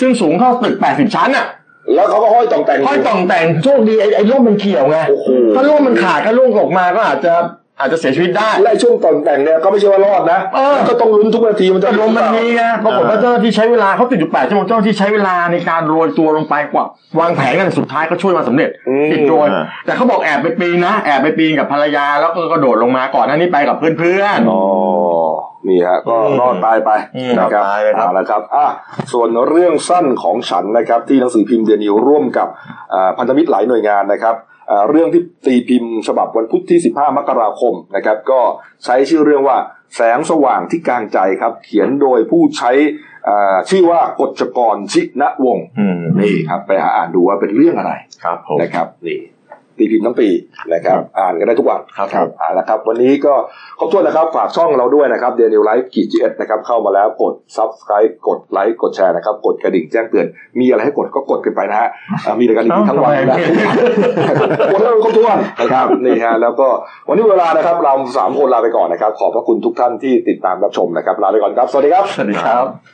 Speaker 2: ซึ่งสูงเข้าตึก 80 ชั้นอ่ะ
Speaker 1: แล้วเขาก็ห้อยต่องแต่ง
Speaker 2: ค่อยต่องแต่งโชคดีไอ้ไอ้ร่มมันเขียวไง
Speaker 1: โอ้โห
Speaker 2: ถ้าร่มมันขาดก็ร่วงตกมาก็อาจจะอาจจะเสียชีวิตได้
Speaker 1: และช่วงต่องแต่งเนี่ยก็ไม่ใช่ว่ารอดนะ
Speaker 2: เออ
Speaker 1: ก็ต้องลุ้นทุกนาทีมันจะ
Speaker 2: แต่ลมมันมีไงปรากฏว่าเจ้าหน้าที่ใช้เวลาเขาติดอยู่8ชั่วโมงเจ้าหน้าที่ใช้เวลาในการโรยตัวลงไปกว่าวางแผนกันสุดท้ายก็ช่วยมาสำเร็จติดโดย
Speaker 3: อืม
Speaker 2: แต่เขาบอกแอบไปปีนนะ แอบไปปีนกับภรรยาแล้วก็กระโดดลงมาก่อนหน้านี้ไปกับเพื่อน
Speaker 1: อ๋อนี่ฮะก็รอดตายไป
Speaker 2: อืม
Speaker 1: นะครับ
Speaker 3: รอดตายไปครับ
Speaker 1: เอาละครับอ่ะส่วนเรื่องสั้นของฉันนะครับ ที่หนังสือพิมพ์เดนิวร่วมกับอ่าพันธมิตรหลายหน่วยงานนะครับอ่าเรื่องที่ตีพิมพ์ฉบับวันพุธที่ 15 มกราคมนะครับ ก็ใช้ชื่อเรื่องว่าแสงสว่างที่กลางใจครับ เขียนโดยผู้ใช้อ่าชื่อว่ากฎจกรชิณวงศ์
Speaker 2: ๆอืม
Speaker 1: นี่ครับไปหาอ่านดูว่าเป็นเรื่องอะไร
Speaker 2: ครับผม
Speaker 1: นะครับนี่ตีพิมพ์ทั้งปีนะครับ อ่านกันได้ทุกวัน
Speaker 2: ครับ
Speaker 1: อ่านแล้วครับ วันนี้ก็ขอบคุณนะครับ ฝากช่องเราด้วยนะครับเดนิวไลฟ์กีจีเอสนะครับเข้ามาแล้วกดซับสไครต์กดไลค์กดแชร์นะครับ กดกระดิ่งแจ้งเตือนมีอะไรให้กดก็กดกันไปนะฮ ะอ่ามีรายการดีๆทั้งวันนะ หมดแล้วครบถ้วนนะครับนี่ฮะแล้วก็วันนี้เวลานะครับ เราสามคนลาไปก่อนนะครับ ขอบพระคุณทุกท่านที่ติดตามรับชมนะครับ ลาไปก่อนครับ สวัสดีครับ
Speaker 2: สวัสดีครับ